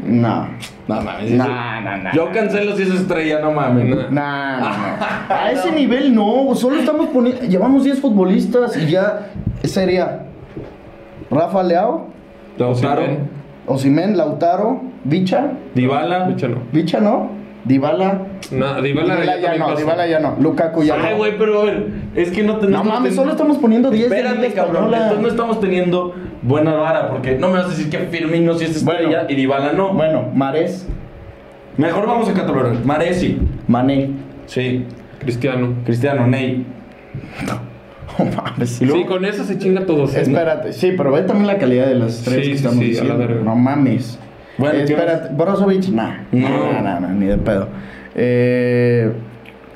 B: creo. No.
D: No mames.
B: No,
D: ese-
B: no, no.
D: Yo cancelo si es estrella, no mames.
C: No.
B: Nah, no, no. A ese nivel no, solo estamos poniendo. Llevamos 10 futbolistas y ya sería Rafa Leao,
D: Lautaro,
B: Osimén, Lautaro, Bicha,
D: Dybala.
C: Bicha no.
B: Bicha no, Dybala.
C: No, Dybala ya
B: ya
C: también
B: no,
C: pasó.
B: Dybala ya no, Lukaku ya
D: Ay,
B: no.
D: güey, pero a ver, es que no
B: No
D: tenemos.
B: mames,
D: ten-
B: solo estamos poniendo 10 de la
D: Espérate,
B: Liga
D: cabrón.
B: Española.
D: Entonces no estamos teniendo buena vara, porque no me vas a decir que Firmino sí es estrella
B: Bueno.
D: y Dybala no.
B: Bueno, Marés,
D: Mejor vamos a catalogar. Maresi.
B: Mané.
D: Sí.
C: Cristiano.
D: Cristiano, Ney.
B: No mames.
C: Sí, con eso se chinga todos.
B: Espérate, sí, pero ve también la calidad de las tres
C: Este, Sí,
B: que
C: sí,
B: estamos
C: sí, a la
B: diciendo.
C: verga.
B: no mames.
D: Bueno, ¿qué
B: espérate, Brozovic, nah. No,
D: No.
B: no, no, ni de pedo. Eh,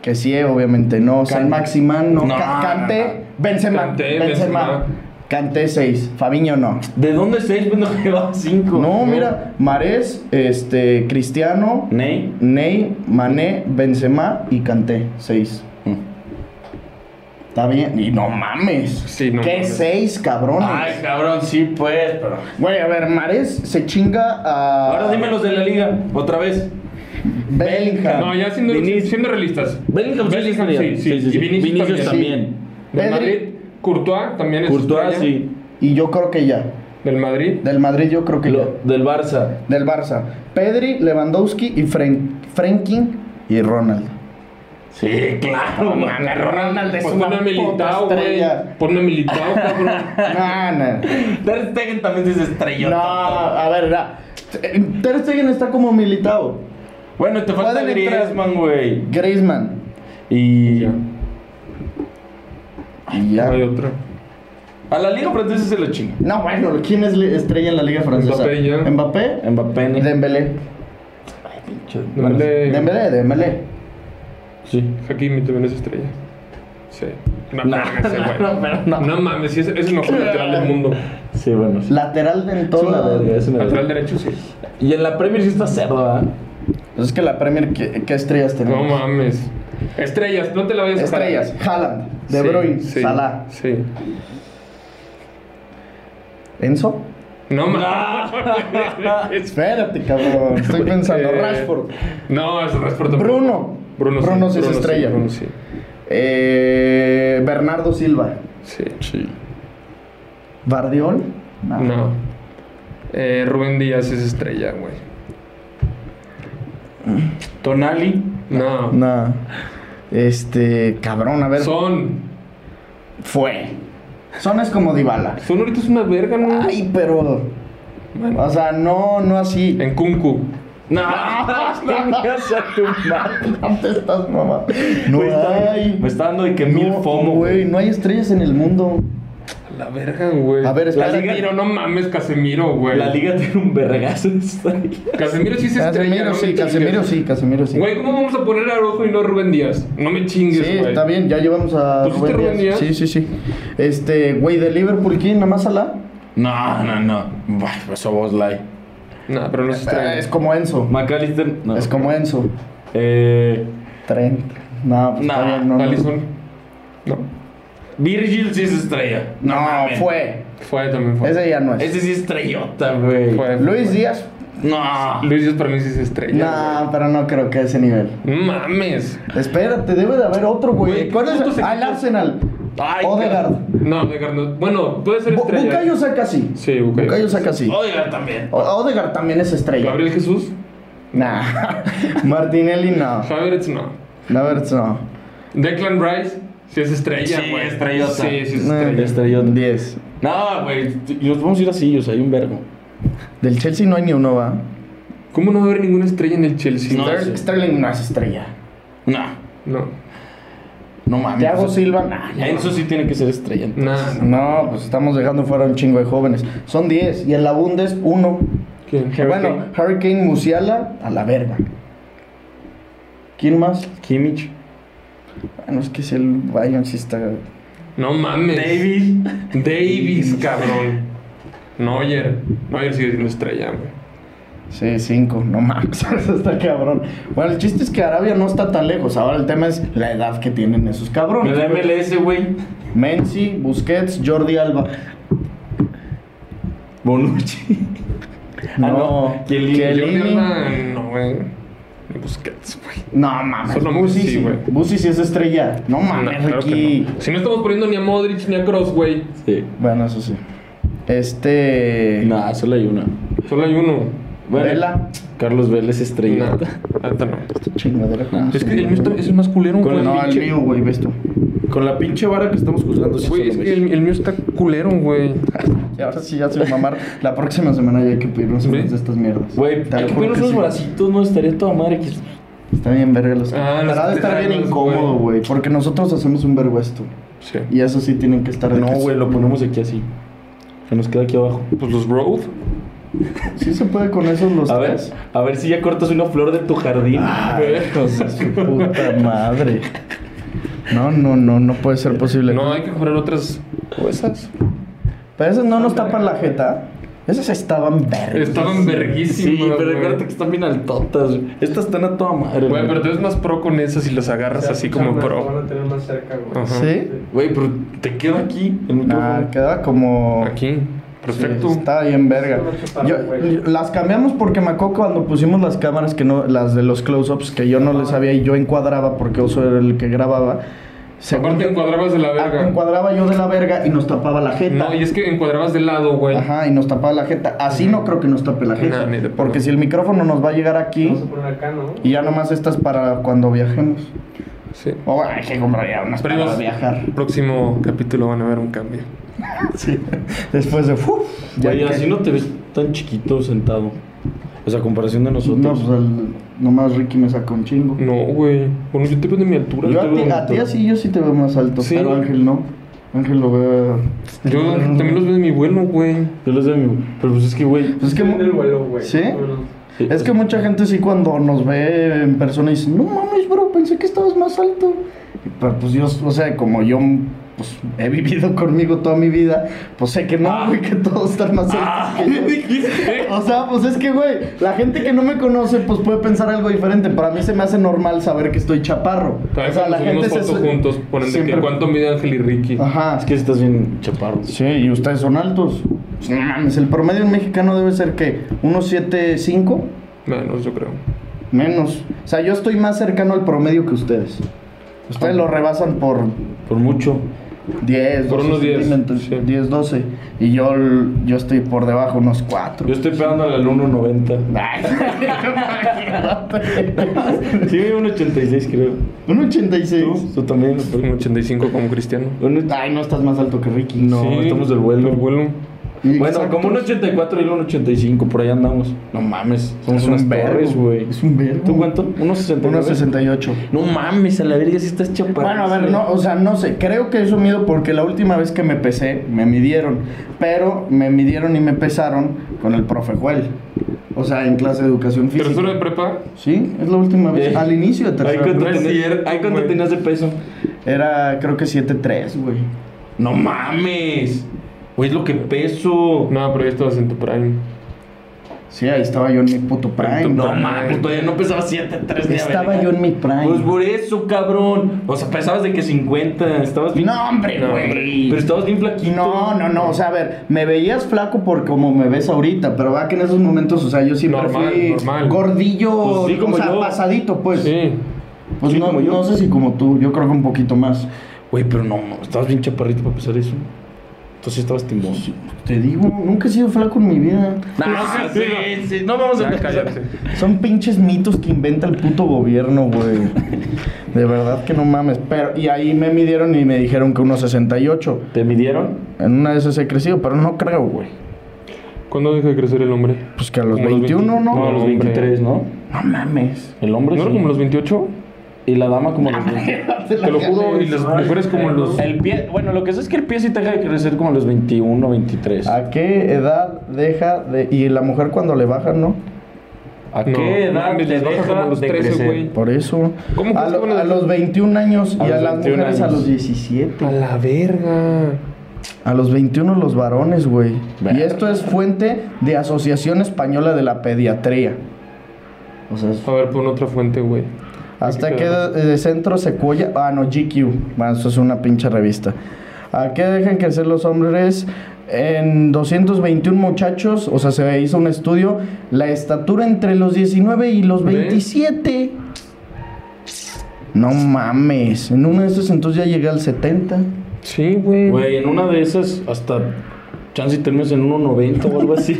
B: que sí, obviamente no. San Maximán, no.
D: No,
B: Ca- Kanté,
D: no, no.
B: Benzema,
C: Kanté,
B: Benzema.
C: Benzema.
B: Kanté 6, Fabiño no.
D: ¿De dónde seis? Pues no llevaba cinco.
B: No, mira, Marés, este, Cristiano,
D: Ney.
B: Ney, Mané, Benzema y Kanté 6.
D: Mm.
B: Está bien, y no mames.
C: Sí, no
B: ¿Qué
C: mames.
B: 6, cabrones?
D: Ay, cabrón, sí, pues, pero.
B: Güey, a ver, Mares se chinga a.
D: Ahora dime los de la liga, otra vez.
B: Bellingham.
C: No, ya siendo,
D: Vinicius.
C: siendo realistas.
D: Bellingham sí es
C: Bellingham,
D: estrella.
C: sí, sí.
D: Sí, sí, sí.
C: Y Vinicius,
D: Vinicius
C: también.
D: también.
C: Del
B: Pedri.
C: Madrid, Courtois también es
D: Courtois,
C: estrella.
D: sí.
B: Y yo creo que ya.
C: Del Madrid.
B: Del Madrid, yo creo que
D: Lo- del Barça.
B: ya. Del Barça. Pedri, Lewandowski y Fren Frenkin y Ronald.
D: Sí, claro,
B: mames, Ronald es
C: Pues
B: una
C: ponme a
B: puta
C: Militao, güey.
B: estrella.
C: Ponme a Militao, cabrón.
B: No, no.
D: Ter Stegen también es estrella.
B: No, a ver, na. Ter Stegen está como militado.
D: Bueno, te falta
B: Pueden entrar.
D: Griezmann, güey.
B: Griezmann.
D: Y
C: Ya.
B: Y ya.
C: No hay otra.
D: a la liga francesa se lo chinga.
B: No, bueno, ¿quién es le- estrella en la Liga Francesa?
C: Mbappé, ya.
B: Mbappé.
D: Mbappé. ni-
B: Dembélé.
D: Pinche-
C: Dale.
B: Dembélé, Dembélé.
D: Sí.
C: Hakimi también es estrella. Sí. No,
D: No,
C: mames, ese güey.
D: no, pero no.
C: No mames, sí, es, es el mejor lateral del mundo.
D: Sí, bueno. sí.
B: Lateral de en toda la
D: Sí,
B: verga.
D: es una
C: Lateral
D: verga.
C: derecho, sí.
D: Y en la Premier sí está cerdo, ¿ah? ¿verdad?
B: Pues es que la Premier, ¿qué, qué estrellas
C: No
B: tenemos?
C: mames. Estrellas, no te la vayas a jalar.
B: Estrellas, Este, Haaland, De
C: Sí,
B: Bruyne,
C: sí,
B: Salah,
C: Sí.
B: Enzo.
C: No mames.
B: Espérate, cabrón. Estoy pensando.
C: Eh,
B: Rashford.
C: No, es Rashford. tampoco.
B: Bruno.
C: Bruno,
B: Bruno sí es estrella.
C: Bruno sí.
B: Eh, Bernardo Silva.
C: Sí. Ah.
D: Sí.
B: Bardiol. No.
C: No. Eh, Rubén Díaz es estrella, güey.
D: Tonali.
C: No.
B: No. Este, cabrón, a ver.
C: Son.
B: Fue. Son es como Dybala.
C: Son ahorita es una verga, ¿no?
B: Ay, pero.
C: Bueno.
B: O sea, no, no así.
C: En Kunku.
D: Ah, No, chingas a tu madre.
B: No te estás mamá. No
D: Me está-
B: hay.
D: Me está dando de que mil
B: no,
D: fomo,
B: güey.
D: güey.
B: No hay estrellas en el mundo.
C: A La verga, güey.
B: A ver, espérate.
C: Casemiro, no mames, Casemiro, güey.
D: La liga tiene un vergazo de estrella.
C: Casemiro sí es estrella.
B: Casemiro
C: no me
B: sí,
C: chingues.
B: Casemiro sí, Casemiro sí.
C: Güey, ¿cómo vamos a poner a Araujo y no a Rubén Díaz? No me chingues,
B: Sí,
C: güey.
B: está bien, ya llevamos a
C: ¿Pusiste Rubén
B: Sí,
C: Díaz?
B: sí, sí. Este, güey, de Liverpool, ¿quién? Nada más Salah.
D: No, no, no. Bah, eso vos, like.
C: No, pero no es estrella.
B: Eh, es como Enzo.
D: McAllister. No.
B: Es como Enzo.
D: Eh.
B: Trent. No, pues está
D: Nah,
B: bien, no. no.
C: Alisson. No.
D: Virgil sí es estrella.
B: No,
D: mames.
B: fue.
C: Fue también, fue.
B: Ese ya no es.
D: Ese sí es estrellota, güey.
C: Fue, fue,
B: Luis
C: fue.
B: Díaz.
D: No.
C: Luis Díaz para mí sí es estrella.
B: No, pero no creo que a ese nivel.
C: güey. No Mames.
B: Espérate, debe de haber otro, güey.
C: Güey,
B: ¿Cuál es?
C: ¿cuántos
B: Ah, el
C: equipos?
B: Arsenal.
D: Ay,
B: Odegaard.
C: No, Odegaard no. Bueno, puede ser
B: Bu-
C: estrella.
B: Bukayo saca sí.
C: Sí, Bukayo.
B: Bukayo saca sí.
D: Odegaard también.
B: Odegaard también es estrella.
C: Gabriel Jesús.
B: Nah. Martinelli no.
C: Havertz no.
B: Roberts no.
C: Declan Rice. Sí es estrella,
D: Sí,
C: güey.
D: estrellota.
C: Sí, sí es
B: Eh,
C: estrella.
D: Estrellota.
B: 10.
D: No, güey. Y nos vamos a ir así, o sea, hay un vergo.
B: Del Chelsea no hay ni uno, va.
C: ¿Cómo no va a haber ninguna estrella en el Chelsea?
D: No.
B: Ster-
D: sí.
B: Sterling no es estrella.
D: No.
C: No.
D: No mames.
B: Thiago
D: O sea,
B: Silva, nah, ya.
D: Enzo sí tiene que ser estrella.
C: Nada.
B: Pues, No, pues estamos dejando fuera un chingo de jóvenes. Son 10 y en la Bundes uno.
C: ¿Quién?
B: Bueno, Hurricane Musiala a la verga. ¿Quién más?
D: Kimmich.
B: Bueno, es que si el Bayern sí está.
C: No mames.
D: Davis.
C: Davis, cabrón. Neuer. Neuer sigue siendo estrella, güey.
B: Sí, cinco, no mames, eso está cabrón. Bueno, el chiste es que Arabia no está tan lejos. Ahora el tema es la edad que tienen esos cabrones.
D: Me da MLS, güey.
B: Menzi, Busquets, Jordi Alba.
D: Bonucci.
B: No,
D: no, Chiellini.
B: Chiellini.
C: Ah, Jordi Alba, no, güey. Ni Busquets, güey.
B: No mames.
C: Solo
B: Busi,
C: Messi,
B: sí,
C: güey.
B: Busi sí es estrella. No mames,
C: No, claro que
B: Ricky.
C: no. Si no estamos poniendo ni a Modric ni a Cross, güey.
D: Sí.
B: Bueno, eso sí. Este.
D: Nah, solo hay una.
C: Solo hay uno.
D: Bueno,
B: Vela.
D: Carlos Vélez estrella.
C: Nah, neta no.
B: Esta chingadera. ¿cómo
C: Es
B: se
C: que el
B: llama?
C: mío está- es el más culero,
D: Con
C: güey.
D: el-
B: No, el
D: pinche-
B: mío, güey, ves tú.
D: Con la pinche vara que estamos juzgando. sí
C: Güey,
D: solo
C: es que
D: Messi.
C: el, el mío está culero, güey.
B: Y ahora sí ya se va a mamar. La próxima semana ya hay que pedirnos
C: ¿Ve?
B: unas de estas mierdas.
D: Güey,
B: Te lo
D: hay
B: juro
D: que poner
B: que
D: unos
B: sí.
D: bracitos, no estaría toda madre. Que...
B: Está bien verga los
C: Ah,
B: Pero
C: los
B: ha de estar bien
C: tejanos,
B: incómodo,
C: güey.
B: güey. Porque nosotros hacemos un vergo esto.
C: Sí.
B: Y eso sí tienen que estar de
D: No,
B: que-
D: güey, lo ponemos aquí así. Que nos queda aquí abajo.
C: Pues los Road.
B: Sí se puede con esos los
D: A ver,
B: tres.
D: a ver si ya cortas una flor de tu jardín.
B: Ay, hijos de su puta madre. No, no, no, no puede ser posible.
C: No, hay que comprar otras cosas.
B: Pero esas no nos tapan la jeta. Esas estaban verdes.
C: Estaban verguísimas.
D: Sí, pero
C: güey.
D: recuerda que están bien altotas. güey. Estas están a toda madre.
C: Güey, pero te ves más pro con esas y las agarras así como pro.
E: Van a tener más cerca, güey.
C: Ajá.
B: ¿Sí?
D: Güey, pero te queda aquí el
B: Ah,
D: micrófono.
B: quedaba como.
C: Aquí. Perfecto.
B: Sí, está bien verga. Yo, las cambiamos porque me acuerdo cuando pusimos las cámaras que no, las de los close-ups que yo no les sabía y yo encuadraba porque Oso era el que grababa. Según
C: Aparte
B: yo-
C: encuadrabas de la
B: ah,
C: verga.
B: encuadraba yo de la verga y nos tapaba la jeta.
C: No, y es que encuadrabas de lado, güey.
B: Ajá, y nos tapaba la jeta. Así no creo que nos tape la jeta.
C: No, ni de pedo.
B: porque si el micrófono nos va a llegar aquí
E: Vamos a poner acá, ¿no?
B: y ya nomás estas para cuando viajemos. Oh,
C: Sí.
B: O hay que comprar ya unas para
C: Primos.
B: viajar.
C: Próximo capítulo van a ver un cambio.
B: Sí. Después de. ¡fu! ya
D: Güey,
B: que-
D: así no te ves tan chiquito sentado. O sea, a comparación de nosotros.
B: No, pues el- nomás Ricky me sacó un chingo.
C: No, güey. Bueno, yo te veo de mi altura.
B: Yo
C: te
B: a
C: veo
B: ti,
C: de
B: a ti
C: mi altura.
B: así yo sí te veo más alto,
C: Sí.
B: pero Ángel no. Ángel lo veo.
C: Yo también los veo de mi vuelo, güey.
D: Yo los veo, mi- pero pues es que, güey.
B: Pues es que, mu-
E: Depende del vuelo, güey.
B: ¿Sí?
E: Bueno,
B: es que mucha gente sí cuando nos ve en persona dice, no mames, bro, pensé que estabas más alto. Y, Pero pues yo, o sea, como yo pues, he vivido conmigo toda mi vida, pues sé que
C: Ah.
B: no, güey, que todos están más altos que yo. O sea, pues es que, güey, la gente que no me conoce, pues puede pensar algo diferente. Para mí se me hace normal saber que estoy chaparro.
C: También
B: o sea,
C: cuando
B: la
C: subimos fotos juntos, ponen de
B: siempre- Ah.
C: que cuánto mide Ángel y Ricky.
B: Ajá.
D: Es que estás bien chaparro.
B: Sí, y ustedes son altos. Pues, no mames, el promedio mexicano debe ser que unos 7.5
C: Menos, yo creo.
B: menos. O sea, yo estoy más cercano al promedio que ustedes. Ustedes lo rebasan por
D: Por mucho.
B: 10,
C: Por
B: 12
C: unos 10,
B: centímetros,
C: sí.
B: 10, 12. Y yo, yo estoy por debajo, unos 4.
D: Yo estoy pegando al alumno 90. Sí, un 86 creo.
B: Un
D: ¿Tú?
B: 86.
D: ¿Tú también?
C: Un 85 como cristiano.
D: Un-
B: Ay, no estás más alto que Ricky.
D: No, estamos del vuelo.
C: Del vuelo.
B: Y
D: Bueno,
B: exacto,
D: como un 84 y un 85, por ahí andamos. No mames, somos
B: es
D: unas
B: un vergo,
D: torres, güey.
B: Es un verbo.
D: ¿Tú cuánto? Unos 69.
B: Unos 68.
D: No mames, a la verga si estás chaparro.
B: Bueno, a ver, no, o sea, no sé, creo que eso mido porque la última vez que me pesé, me midieron, pero me midieron y me pesaron con el profe Juel, o sea, en clase de educación física.
C: Tercero de prepa.
B: Sí, es la última vez,
D: Eh.
B: al inicio de
D: Ahí
B: tercero.
D: cuánto,
C: No es
D: tenías,
C: cierto,
D: ahí cuánto
C: güey.
D: tenías de peso.
B: Era, creo que 7-3, güey.
D: No mames. Güey, es lo que peso.
C: No, pero ya estabas en tu prime.
B: Sí, ahí estaba yo en mi puto prime.
C: En tu
D: No
C: prime.
D: mames, todavía no pesaba 7, 3 ni a
B: Estaba
D: verga.
B: yo en mi prime.
D: Pues por eso, cabrón. O sea, pesabas de que 50. Estabas bien.
B: No, hombre,
C: No,
B: güey.
D: Pero estabas bien flaquito.
B: No, no, no, o sea, a ver, me veías flaco por como me ves ahorita, pero va que en esos momentos, o sea, yo siempre
C: Normal,
B: fui
C: normal.
B: gordillo,
D: Pues sí, como
B: o sea,
D: yo.
B: pasadito, pues.
C: Sí.
B: Pues
D: Sí,
B: no,
D: como yo.
B: no sé si como tú, yo creo que un poquito más.
D: Güey, pero no, no, estabas bien chaparrito para pesar eso. Entonces sí estabas timbón.
B: Te digo, nunca he sido flaco en mi vida.
D: Ah, sí, sí, no vamos
C: Ya,
D: empezar.
C: cállate.
B: Son pinches mitos que inventa el puto gobierno, güey. De verdad que no mames. Pero, y ahí me midieron y me dijeron que 1,68.
D: ¿Te midieron?
B: En una de esas he crecido, pero no creo, güey.
C: ¿Cuándo deja de crecer el hombre?
B: Pues que a los
C: Como los
B: 21, ¿no?
D: No, a los
C: hombre.
D: 23, ¿no?
B: No mames.
D: El hombre
C: ¿No era
D: sí.
C: como los 28?
D: Y la dama como los 20.
C: Te lo juro, y las mujeres como los.
D: Ah, El pie, bueno, lo que sé es que el pie sí te deja de crecer como a los 21, 23. ¿A,
B: ¿A qué edad deja de.? Y la mujer cuando le bajan, ¿no?
D: qué
C: No,
D: edad
C: mames,
D: te
C: les baja
D: deja
C: como a los
D: de
C: 13,
D: crecer?
C: güey.
B: Por eso.
C: ¿Cómo
B: a,
C: crees que
B: lo-
C: van a
B: a
C: dejar?
B: los 21 años
D: A
B: y a
D: los
B: las
D: 21
B: mujeres a
D: años.
B: los 17.
C: A la verga.
B: A los 21 los varones, güey. Y
D: Verga.
B: esto es fuente de Asociación Española de la Pediatría. O sea, es-
C: A ver, pon otra fuente, güey.
B: ¿Hasta
C: Aquí
B: qué
C: quedamos.
B: edad- eh, centro secuoya? Ah, no, GQ. Bueno, eso es una pinche revista. ¿A qué dejan crecer los hombres? En 221 muchachos, o sea, se hizo un estudio, la estatura entre los 19 y los
C: ¿Ve?
B: 27. No mames, en uno de estos entonces ya llegué al 70.
C: Sí, güey.
D: Güey, en una de esas hasta chance y terminas en 1.90 o algo así.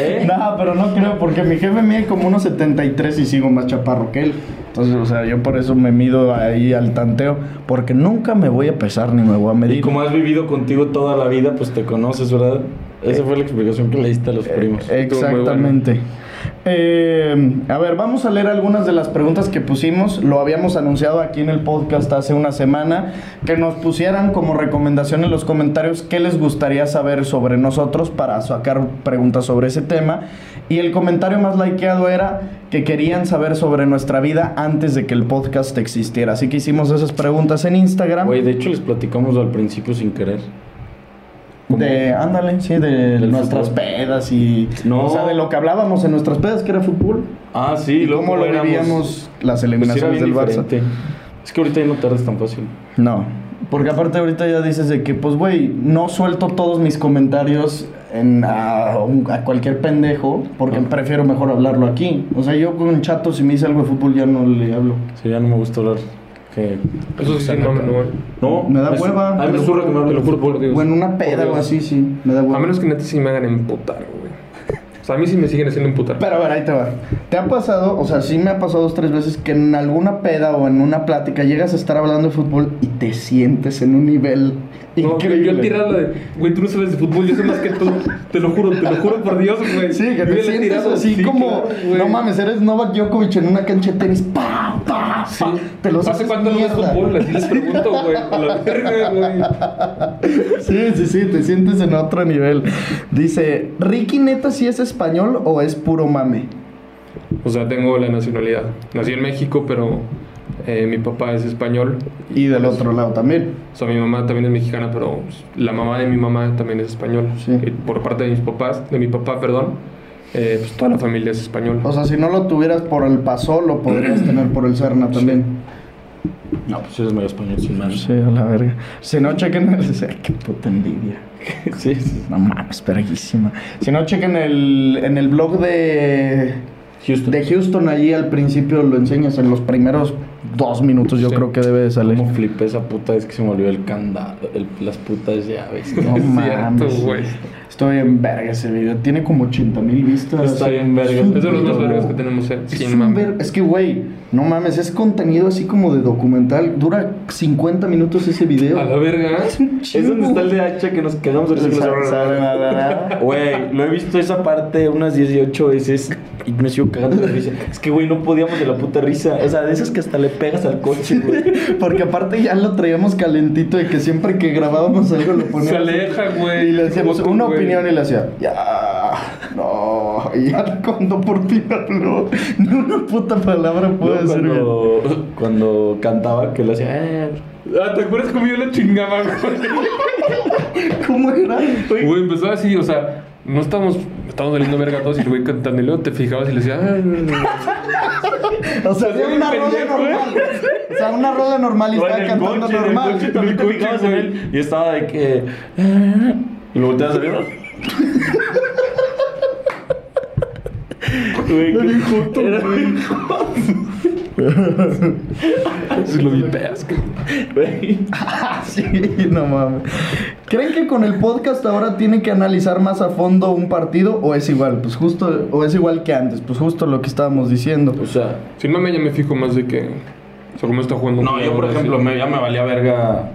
D: ¿Eh?
B: Nah, pero no creo, porque mi jefe mide como unos 73 y sigo más chaparro que él. Entonces, o sea, yo por eso me mido ahí al tanteo, porque nunca me voy a pesar ni me voy a medir.
D: Y como has vivido contigo toda la vida, pues te conoces, ¿verdad?
B: Eh,
D: Esa fue la explicación que le diste a los primos.
C: Estuvo muy bueno.
B: Exactamente. Eh, a ver, vamos a leer algunas de las preguntas que pusimos. Lo habíamos anunciado aquí en el podcast hace una semana. Que nos pusieran como recomendación en los comentarios qué les gustaría saber sobre nosotros para sacar preguntas sobre ese tema. Y el comentario más likeado era que querían saber sobre nuestra vida antes de que el podcast existiera. Así que hicimos esas preguntas en Instagram.
D: Güey, de hecho les platicamos al principio sin querer. ¿Cómo?
B: De, ándale, sí, de
D: Del
B: nuestras
D: fútbol.
B: pedas y.
D: No.
B: O sea, de lo que hablábamos en nuestras pedas, que era fútbol.
D: Ah, sí,
B: y
D: luego
B: cómo lo
D: éramos-
B: vivíamos las
D: Pues sí era
B: eliminaciones
D: bien
B: del Barça.
D: diferente. Es que ahorita ya no tardas tan fácil.
B: No. Porque aparte ahorita ya dices de que, pues, güey, no suelto todos mis comentarios en, a, un- a cualquier pendejo porque
D: Ah.
B: prefiero mejor hablarlo aquí. O sea, yo con Chato, si me dice algo de fútbol, ya no le hablo.
D: Sí, ya no me gusta hablar. Que...
C: Eso sí, no, no.
D: No,
B: Me da
D: su-
B: hueva.
D: A mí me
B: Te lo
D: surra que me
C: Te
D: hable
C: lo
D: el
C: juro
D: fútbol.
C: por Dios.
B: Bueno, una peda
C: Pues, Por
B: o
C: Dios.
B: así, sí. Me da hueva.
C: A menos que neta sí me hagan emputar, güey. O sea, a mí sí me siguen haciendo emputar.
B: Pero a ver, ahí te va. ¿Te ha pasado, o sea, sí me ha pasado dos, tres veces que en alguna peda o en una plática llegas a estar hablando de fútbol y te sientes en un nivel
C: No, güey,
B: increíble?
C: yo tirarla de, güey, tú no sabes de fútbol, yo sé más que tú. Te lo juro, te lo juro por Dios, güey.
B: Sí, que
C: Yo
B: te
C: le he
B: sientes
C: tirado,
B: así
C: sí,
B: como,
C: claro, güey.
B: no mames, eres Novak Djokovic en una cancha de tenis, pa, pa,
C: Sí.
B: pa, te los
C: ¿Hace
B: haces
C: cuánto no ves
B: mierda.
C: fútbol? Así les pregunto, güey. A la verga, güey.
B: Sí, sí, sí, te sientes en otro nivel. Dice, ¿Ricky neta sí es español o es puro mame?
C: O sea, tengo la nacionalidad. Nací en México, pero eh, mi papá es español.
B: Y del otro lado también.
C: O sea, mi mamá también es mexicana, pero la mamá de mi mamá también es española.
B: Sí.
C: Y por parte de mis papás, de mi papá, perdón, eh, pues toda la familia es española.
B: O sea, si no lo tuvieras por el pasol, lo podrías tener por el Cerna también.
D: No, pues eres medio español sin más.
B: Sí, a la verga. Si no, chequen el... Ay, Qué puta envidia.
D: Sí, sí.
B: No mames, verguísima. Si no, chequen el, en el blog de,
D: Houston.
B: de Houston. Allí al principio lo enseñas en los primeros dos minutos. Yo
C: Sí.
B: creo que debe de salir.
D: Cómo flipé esa puta vez que se me olvidó el candado, el- las putas llaves.
B: No
C: es
B: mames.
C: cierto, güey.
B: Estoy en verga ese video. Tiene como 80 mil vistas.
D: Está bien verga.
C: Es de los más vergas que tenemos, eh.
B: Es,
C: Sin
B: un
C: mames.
B: ver- es que, güey, no mames, es contenido así como de documental. Dura 50 minutos ese video.
C: A la verga.
D: Es donde está el de hacha que nos quedamos ahorita que nos agarraron. Güey, lo he visto esa parte unas 18 veces y me sigo cagando de risa. Es que, güey, no podíamos de la puta risa. O sea, de esas que hasta le pegas al coche, güey.
B: Porque aparte ya lo traíamos calentito de que siempre que grabábamos algo lo poníamos.
C: Se aleja, güey.
B: Y le hacíamos
C: Como tú,
B: una
C: güey.
B: opinión y le hacía, ya, no, ya cuando por ti habló, ni una puta palabra puede
D: Luego
B: ser bien.
D: cuando, cuando cantaba, que le hacía. "Eh".
C: Ah, ¿te acuerdas cómo yo la chingaba, güey?
B: ¿Cómo era?
C: Güey, empezaba así, o sea, no estábamos, estábamos saliendo verga todos y el güey cantando y luego te fijabas y le decías, ah, no, no, no".
B: O sea,
C: Estás
B: era una
C: bien
B: rola
C: pendejo,
B: normal. O sea, una rola normal y
D: O en
B: estaba
D: el
B: cantando
D: coche, en el coche,
B: normal.
D: también te
C: coche,
D: fijabas en
C: güey.
D: él y estaba de que. "Eh". Y lo volteas a ver. Güey, qué era-
C: Entonces lo vipeas, güey.
D: güey.
B: Ah, Sí, no mames. ¿Creen que con el podcast ahora tienen que analizar más a fondo un partido o es igual? Pues justo, o es igual que antes, pues justo lo que estábamos diciendo.
D: O sea,
C: Si no me ya me fijo más de que. O sea, cómo está jugando. un
D: no, yo
C: jugador,
D: por ejemplo,
C: así.
D: me, ya me valía verga.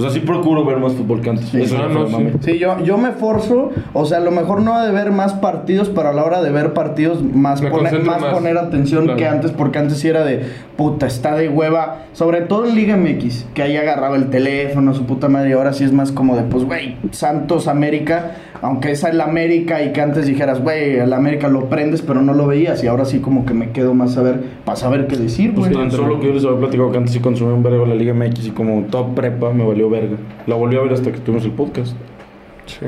D: O sea, sí procuro ver más fútbol que antes. Eso
C: Ah,
D: no,
C: no,
D: fue, mami.
C: sí.
B: Sí, yo, yo me esforzo, o sea, a lo mejor no de ver más partidos, pero a la hora de ver partidos, más,
C: Me
B: poner,
C: concentro
B: más,
C: más.
B: poner atención
C: Claro.
B: que antes, porque antes sí era de puta, está de hueva, sobre todo en Liga MX, que ahí agarraba el teléfono, su puta madre, y ahora sí es más como de, pues, güey, Santos América, aunque es el América y que antes dijeras, güey, el América lo prendes, pero no lo veías. Y ahora sí, como que me quedo más a ver, para saber qué decir,
D: Pues
B: güey.
D: tan solo que yo les había platicado que antes sí consumía un vergo la Liga MX y como top prepa me valió verga. La volví a ver hasta que tuvimos el podcast.
C: Sí.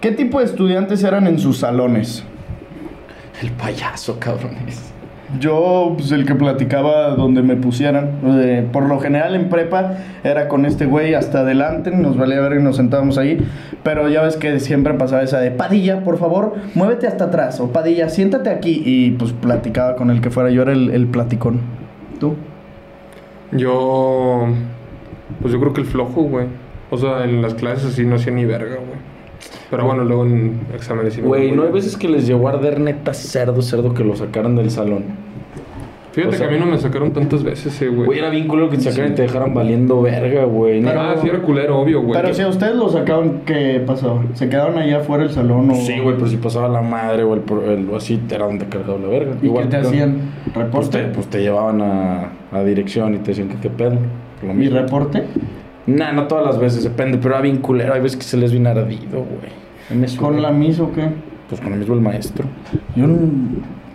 B: ¿Qué tipo de estudiantes eran en sus salones?
D: El payaso, cabrones.
B: Yo, pues el que platicaba donde me pusieran. Eh, por lo general en prepa era con este güey hasta adelante, nos valía ver y nos sentábamos ahí. Pero ya ves que siempre pasaba esa de Padilla, por favor, muévete hasta atrás. O Padilla, siéntate aquí. Y pues platicaba con el que fuera. Yo era el, el platicón. ¿Tú?
C: Yo. Pues yo creo que el flojo, güey. O sea, en las clases así no hacía ni verga, güey. Pero bueno, luego en exámenes sí me
D: Güey,
C: fue
D: no hay
C: bien.
D: veces que les llegó a arder neta cerdo, cerdo que lo sacaran del salón.
C: Fíjate
D: o sea-
C: que a mí no me sacaron tantas veces, eh, güey.
D: Güey, era bien culo que te sacaran y te dejaran valiendo verga, güey. Neta.
C: ah, sí era culero, obvio, güey.
B: Pero si a ustedes lo sacaban, ¿qué pasó? ¿Se quedaron allá afuera del salón o.?
D: Sí, güey, pero si pasaba la madre o el, pro- el- o así, te era donde cargado la verga.
B: ¿Y qué te
D: que-
B: hacían?
D: Pues te,
B: ¿Reporte?
D: pues te llevaban a, a dirección y te decían que qué pedo. Lo
B: ¿Mi
D: mismo.
B: reporte?
D: Nah, no todas las veces, depende, pero era bien culero. Hay veces que se les viene ardido, güey. A mí me suena.
B: ¿Con la mis o qué?
D: Pues con el mismo el maestro.
B: Yo no-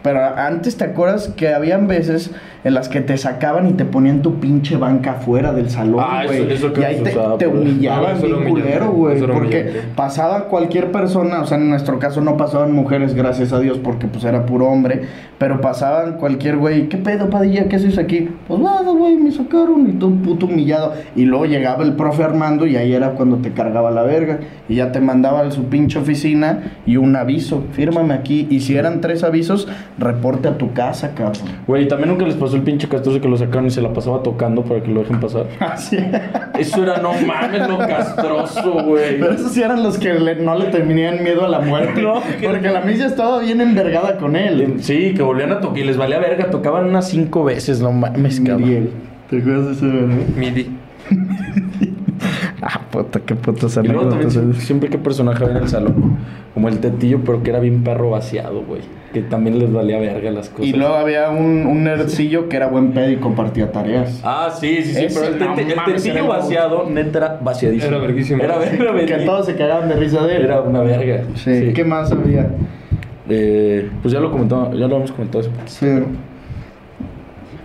B: Pero antes te acuerdas que habían veces en las que te sacaban y te ponían tu pinche banca afuera del salón,
D: Ah, eso-
B: güey.
D: eso que
B: y ahí
D: nos
B: te,
D: usaba,
B: te
D: pues.
C: Ah,
B: humillaban
C: eso
B: bien
C: era humillante,
B: culero, güey.
C: eso era
B: Porque
C: humillante.
B: pasaba cualquier persona, o sea, en nuestro caso no pasaban mujeres, gracias a Dios, porque pues era puro hombre. Pero pasaban cualquier güey, ¿qué pedo, Padilla? ¿Qué haces aquí? Pues nada, güey, me sacaron y todo un puto humillado. Y luego llegaba el profe Armando y ahí era cuando te cargaba la verga. Y ya te mandaba a su pinche oficina y un aviso, fírmame aquí. Y si eran tres avisos, reporte a tu casa, cabrón.
D: Güey, también nunca les pasó el pinche castroso que lo sacaron y se la pasaba tocando para que lo dejen pasar.
B: Así.
D: Eso era no mames lo castroso, güey.
B: Pero esos sí eran los que le- no le tenían miedo a la muerte.
D: No, que-
B: porque la misa estaba bien envergada con él.
D: Sí, que volvían a tocar y les valía verga. Tocaban unas cinco veces, no mames, cabrón.
B: Miriel. ¿Te acuerdas de ese verdad?
C: Midi.
B: Ah, puta, qué putas
D: Y luego también
B: anécdotas.
D: siempre, siempre que personaje había en el salón. Como el tetillo, pero que era bien perro vaciado, güey. Que también les valía verga las cosas.
B: Y luego había un, un nerdcillo que era buen pedo y compartía tareas.
D: Ah, sí, sí, sí,
B: Ese,
D: pero el,
B: no
D: tete- el
B: mames,
D: tetillo
B: era un-
D: vaciado, neta, era vaciadísimo.
C: Era verguísimo.
D: Era, ver- era
B: que
D: vergui-
B: todos se cagaban de risa de él.
D: era una verga.
B: Sí. ¿Qué más había?
D: Eh, pues ya lo comentaba, ya lo hemos comentado. hace poco.
B: Sí.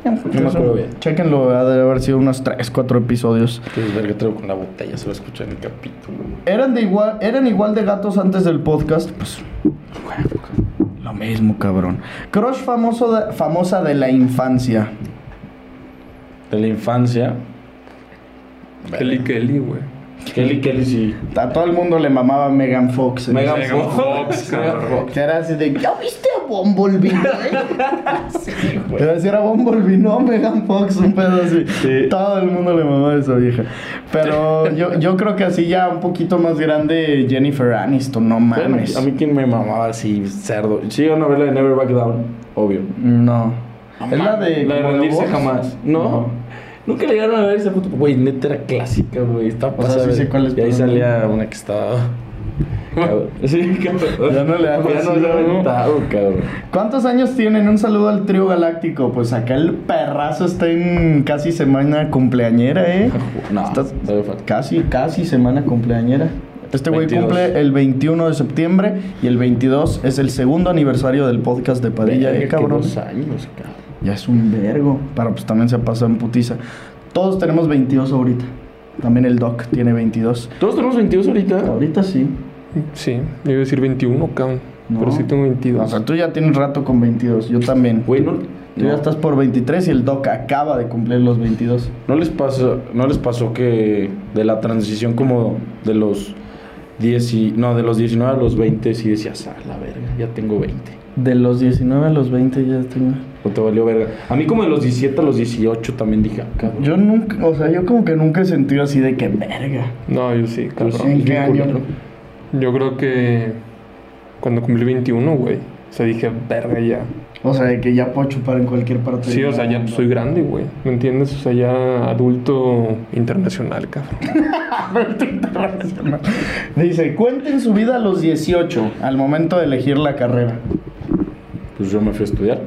D: No me acuerdo bien.
B: Chéquenlo, ha de haber sido unos 3, 4 episodios.
D: Que es verga, traigo con la botella, se lo escuché en el capítulo.
B: Eran de igual, eran igual de gatos antes del podcast, pues. Lo mismo, cabrón. Crush famoso de- famosa de la infancia.
D: De la infancia.
C: Kelly Kelly, güey.
D: Kelly, Kelly, sí.
B: A todo el mundo le mamaba Megan Fox. ¿eh?
D: Megan
C: Megan
D: Fox.
C: Fox, cabrón.
D: Megan Fox.
B: Que era así de, ¿ya viste a Bumblebee? Pero así era Bumblebee, no Megan Fox, un pedo así.
D: Sí.
B: Todo el mundo le mamaba a esa vieja. Pero yo, yo creo que así ya un poquito más grande Jennifer Aniston, no
D: Bueno,
B: mames.
D: a mí quien me mamaba así, cerdo. Sí, una novela de Never Back Down, obvio.
B: No. es la de...
D: La de
B: como
D: rendirse
B: box.
D: jamás. No. Nunca le llegaron a ver esa puto. Güey, neta era clásica, güey. Estaba
B: O sea,
D: pasada.
B: sí
D: de-
B: sé cuál es,
D: Y ahí
B: pero
D: salía una que estaba. Cabrón. Sí, cabrón.
B: Ya no le hago
D: Ya no
B: así, ¿no?
D: le ha aventado, cabrón.
B: ¿Cuántos años tienen? Un saludo al trío galáctico. Pues acá el perrazo está en casi semana cumpleañera, ¿eh?
D: No,
B: Estás-
D: todavía falta.
B: Casi, casi semana cumpleañera. Este güey
D: 22.
B: cumple el 21 de septiembre y el 22 es el segundo aniversario del podcast de Padilla,
D: Verga,
B: ¿eh,
D: que
B: cabrón?
D: dos años, cabrón.
B: Ya es un vergo. Pero pues también se pasó en putiza. Todos tenemos 22 ahorita. También el Doc tiene 22.
D: Todos tenemos 22 ahorita.
B: Ahorita sí.
C: Sí, yo iba a decir 21, cabrón.
B: No.
C: Pero sí tengo 22.
B: O sea, tú ya tienes rato con 22. Yo también.
D: Güey, no.
B: Tú ya
D: no.
B: estás por 23 y el Doc acaba de cumplir los 22.
D: ¿No les, pasó, ¿No les pasó que de la transición como de los 10 y, no, de los 19 a los 20 sí decías, a la verga, ya tengo 20?
B: De los 19 a los 20 ya tengo.
D: ¿O te valió verga? A mí como de los 17 a los 18 también dije, ah, cabrón.
B: Yo nunca, o sea, yo como que nunca he sentido así de que verga. pues,
C: No, yo sí, cabrón.
B: ¿En qué año?
C: Yo creo que cuando cumplí 21, güey. O sea, dije, verga ya.
B: O sea, de que ya puedo chupar en cualquier parte.
C: Sí, o sea, ya soy grande, güey. ¿Me entiendes? O sea, ya adulto internacional, cabrón.
B: Dice, cuenten su vida a los 18, al momento de elegir la carrera.
D: Pues yo me fui a estudiar.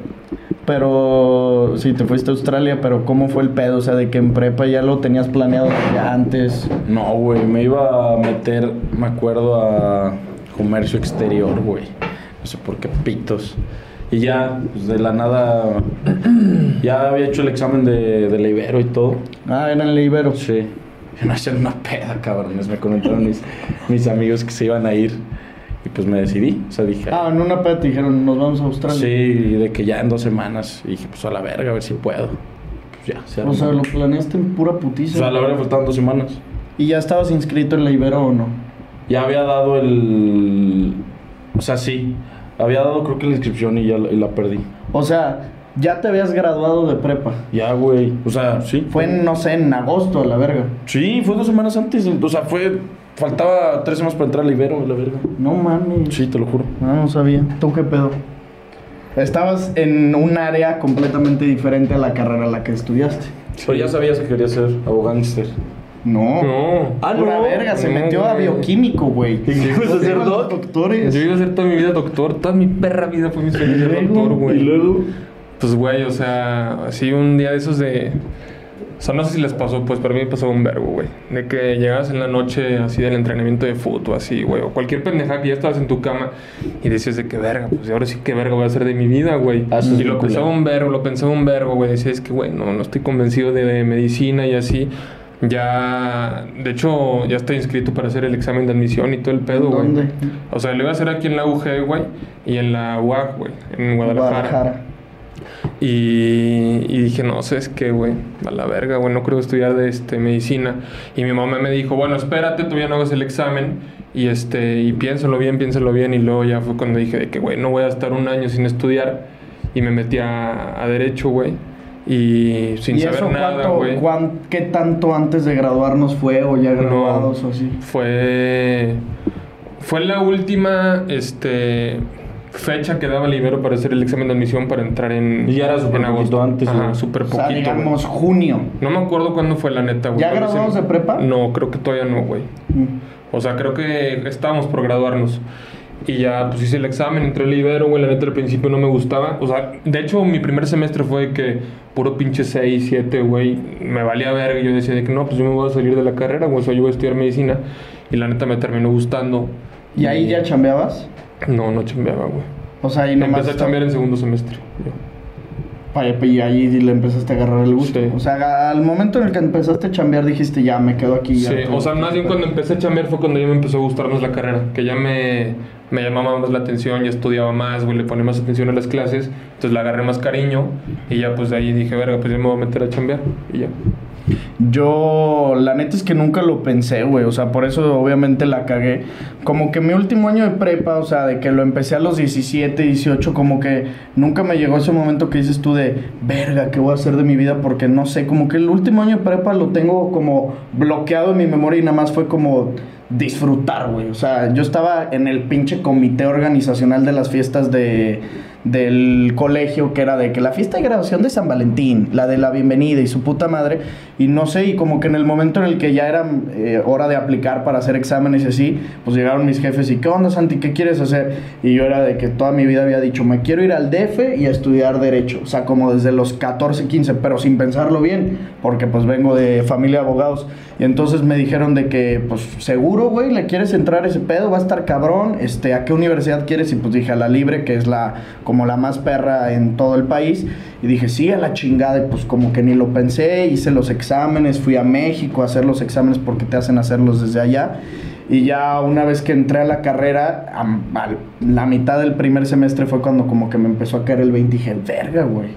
B: Pero, sí, te fuiste a Australia, pero ¿cómo fue el pedo? O sea, de que en prepa ya lo tenías planeado desde antes.
D: No, güey, me iba a meter, me acuerdo, a comercio exterior, güey. No sé por qué pitos. Y ya, pues de la nada, ya había hecho el examen de, de la Ibero y todo.
B: Ah, eran el Ibero.
D: Sí. Me hacían una peda, cabrones. Me comentaron mis, mis amigos que se iban a ir. Y pues me decidí. O sea, dije,
B: Ah, en una pata dijeron, nos vamos a Australia.
D: sí, y de que ya en dos semanas. Y dije, pues a la verga, a ver si puedo. Pues ya, se
B: O
D: armó.
B: sea, lo planeaste en pura putiza.
D: O sea, a la verga faltaban dos semanas.
B: ¿Y ya estabas inscrito en la Ibero o no?
D: Ya había dado el. O sea, sí. Había dado, creo que la inscripción y ya la, y la perdí.
B: O sea, ya te habías graduado de prepa.
D: Ya, güey. O sea, sí.
B: Fue, en, no sé, en agosto, a la verga.
D: Sí, fue dos semanas antes. O sea, fue. Faltaba tres semanas para entrar al Ibero, la verga.
B: No mames.
D: Sí, te lo juro.
B: No, no sabía. ¿Tú qué pedo? Estabas en un área completamente diferente a la carrera a la que estudiaste.
D: Pero ya sabías que quería ser abogánster. Oh.
B: No.
C: No.
B: Ah, Pura
D: no.
B: verga, se
C: No,
B: metió a
C: güey.
B: bioquímico, güey.
D: ¿Y qué ibas a hacer,
B: Los
D: doc?
B: Doctores.
C: Yo iba a ser toda mi vida doctor, toda mi perra vida fue mi sueño ser doctor, güey.
D: Y luego.
C: Pues, güey, o sea, así un día de esos de. O sea, no sé si les pasó, pues para mí me pasó un verbo, güey. De que llegabas en la noche así del entrenamiento de fútbol, así, güey. O cualquier pendeja que ya estabas en tu cama y decías de que verga, pues y ahora sí que verga voy a hacer de mi vida, güey.
D: Ah, sí,
C: y lo
D: sí,
C: pensaba
D: culero.
C: un verbo, lo pensaba un verbo, güey. Decías es que, güey, no, no estoy convencido de, de medicina y así. Ya, de hecho, ya estoy inscrito para hacer el examen de admisión y todo el pedo, güey.
B: ¿Dónde?
C: O sea, lo iba a hacer aquí en la UG, güey, y en la UAG, güey, en Guadalajara. Y, y dije, no, ¿sabes qué, güey? A la verga, güey, no creo estudiar de este, medicina. Y mi mamá me dijo, bueno, espérate, todavía no hagas el examen. Y, este, y piénsalo bien, piénsalo bien. Y luego ya fue cuando dije de que, güey, no voy a estar un año sin estudiar. Y me metí a, a Derecho, güey. Y sin
B: ¿Y
C: saber
B: eso
C: nada,
B: cuánto,
C: güey.
B: cuán- qué tanto antes de graduarnos fue o ya graduados o así?
C: Fue. Fue la última este, fecha que daba el Ibero para hacer el examen de admisión para entrar en.
D: Y ya era
C: en
D: súper
C: agosto.
D: poquito antes,
C: Ajá,
D: güey.
C: súper
B: O
C: poquito.
B: sea,
C: güey.
B: digamos junio.
C: No me acuerdo cuándo fue la neta, güey.
B: ¿Ya
C: Creo que
B: graduados
C: se-
B: de prepa?
C: No, creo que todavía no, güey. O sea, creo que estábamos por graduarnos. Y ya, pues hice el examen, entré al Ibero, güey. La neta al principio no me gustaba. O sea, de hecho, mi primer semestre fue que puro pinche 6, 7, güey. Me valía verga. y Yo decía de que no, pues yo me voy a salir de la carrera, güey. O sea, yo voy a estudiar medicina. Y la neta me terminó gustando.
B: ¿Y ahí ya chambeabas?
C: No, no chambeaba, güey.
B: O sea, ahí nomás.
C: Empecé a chambear en segundo semestre. yo.
B: Pa- Y ahí le empezaste a agarrar el gusto.
C: Sí.
B: O sea, al momento en el que empezaste a chambear dijiste ya, me quedo aquí. ya
C: Sí,
B: tengo
C: o sea,
B: que
C: más bien
B: hacer".
C: cuando empecé a chambear fue cuando ya me empezó a gustar más la carrera, que ya me, me llamaba más la atención, ya estudiaba más, güey, le ponía más atención a las clases, entonces le agarré más cariño y ya pues de ahí dije, verga, pues yo me voy a meter a chambear y ya.
B: Yo, la neta es que nunca lo pensé, güey. O sea, por eso obviamente la cagué. Como que mi último año de prepa, o sea, de que lo empecé a los 17, 18, como que nunca me llegó ese momento que dices tú de, verga, ¿qué voy a hacer de mi vida? Porque no sé, como que el último año de prepa lo tengo como bloqueado en mi memoria y nada más fue como disfrutar, güey. O sea, yo estaba en el pinche comité organizacional de las fiestas de del colegio que era de que la fiesta de graduación de San Valentín, la de la bienvenida y su puta madre, y no sé, y como que en el momento en el que ya era eh, hora de aplicar para hacer exámenes y así, pues llegaron mis jefes y ¿qué onda Santi? ¿Qué quieres hacer? Y yo era de que toda mi vida había dicho, me quiero ir al DF y a estudiar derecho, o sea, como desde los 14, 15, pero sin pensarlo bien, porque pues vengo de familia de abogados, y entonces me dijeron de que, pues seguro, güey, le quieres entrar a ese pedo, va a estar cabrón, este, ¿a qué universidad quieres? Y pues dije, a la libre, que es la, como la más perra en todo el país. Y dije, sí, a la chingada. Y pues como que ni lo pensé, hice los exámenes, fui a México a hacer los exámenes porque te hacen hacerlos desde allá. Y ya una vez que entré a la carrera, a, a la mitad del primer semestre fue cuando como que me empezó a caer el 20 y dije, verga, güey.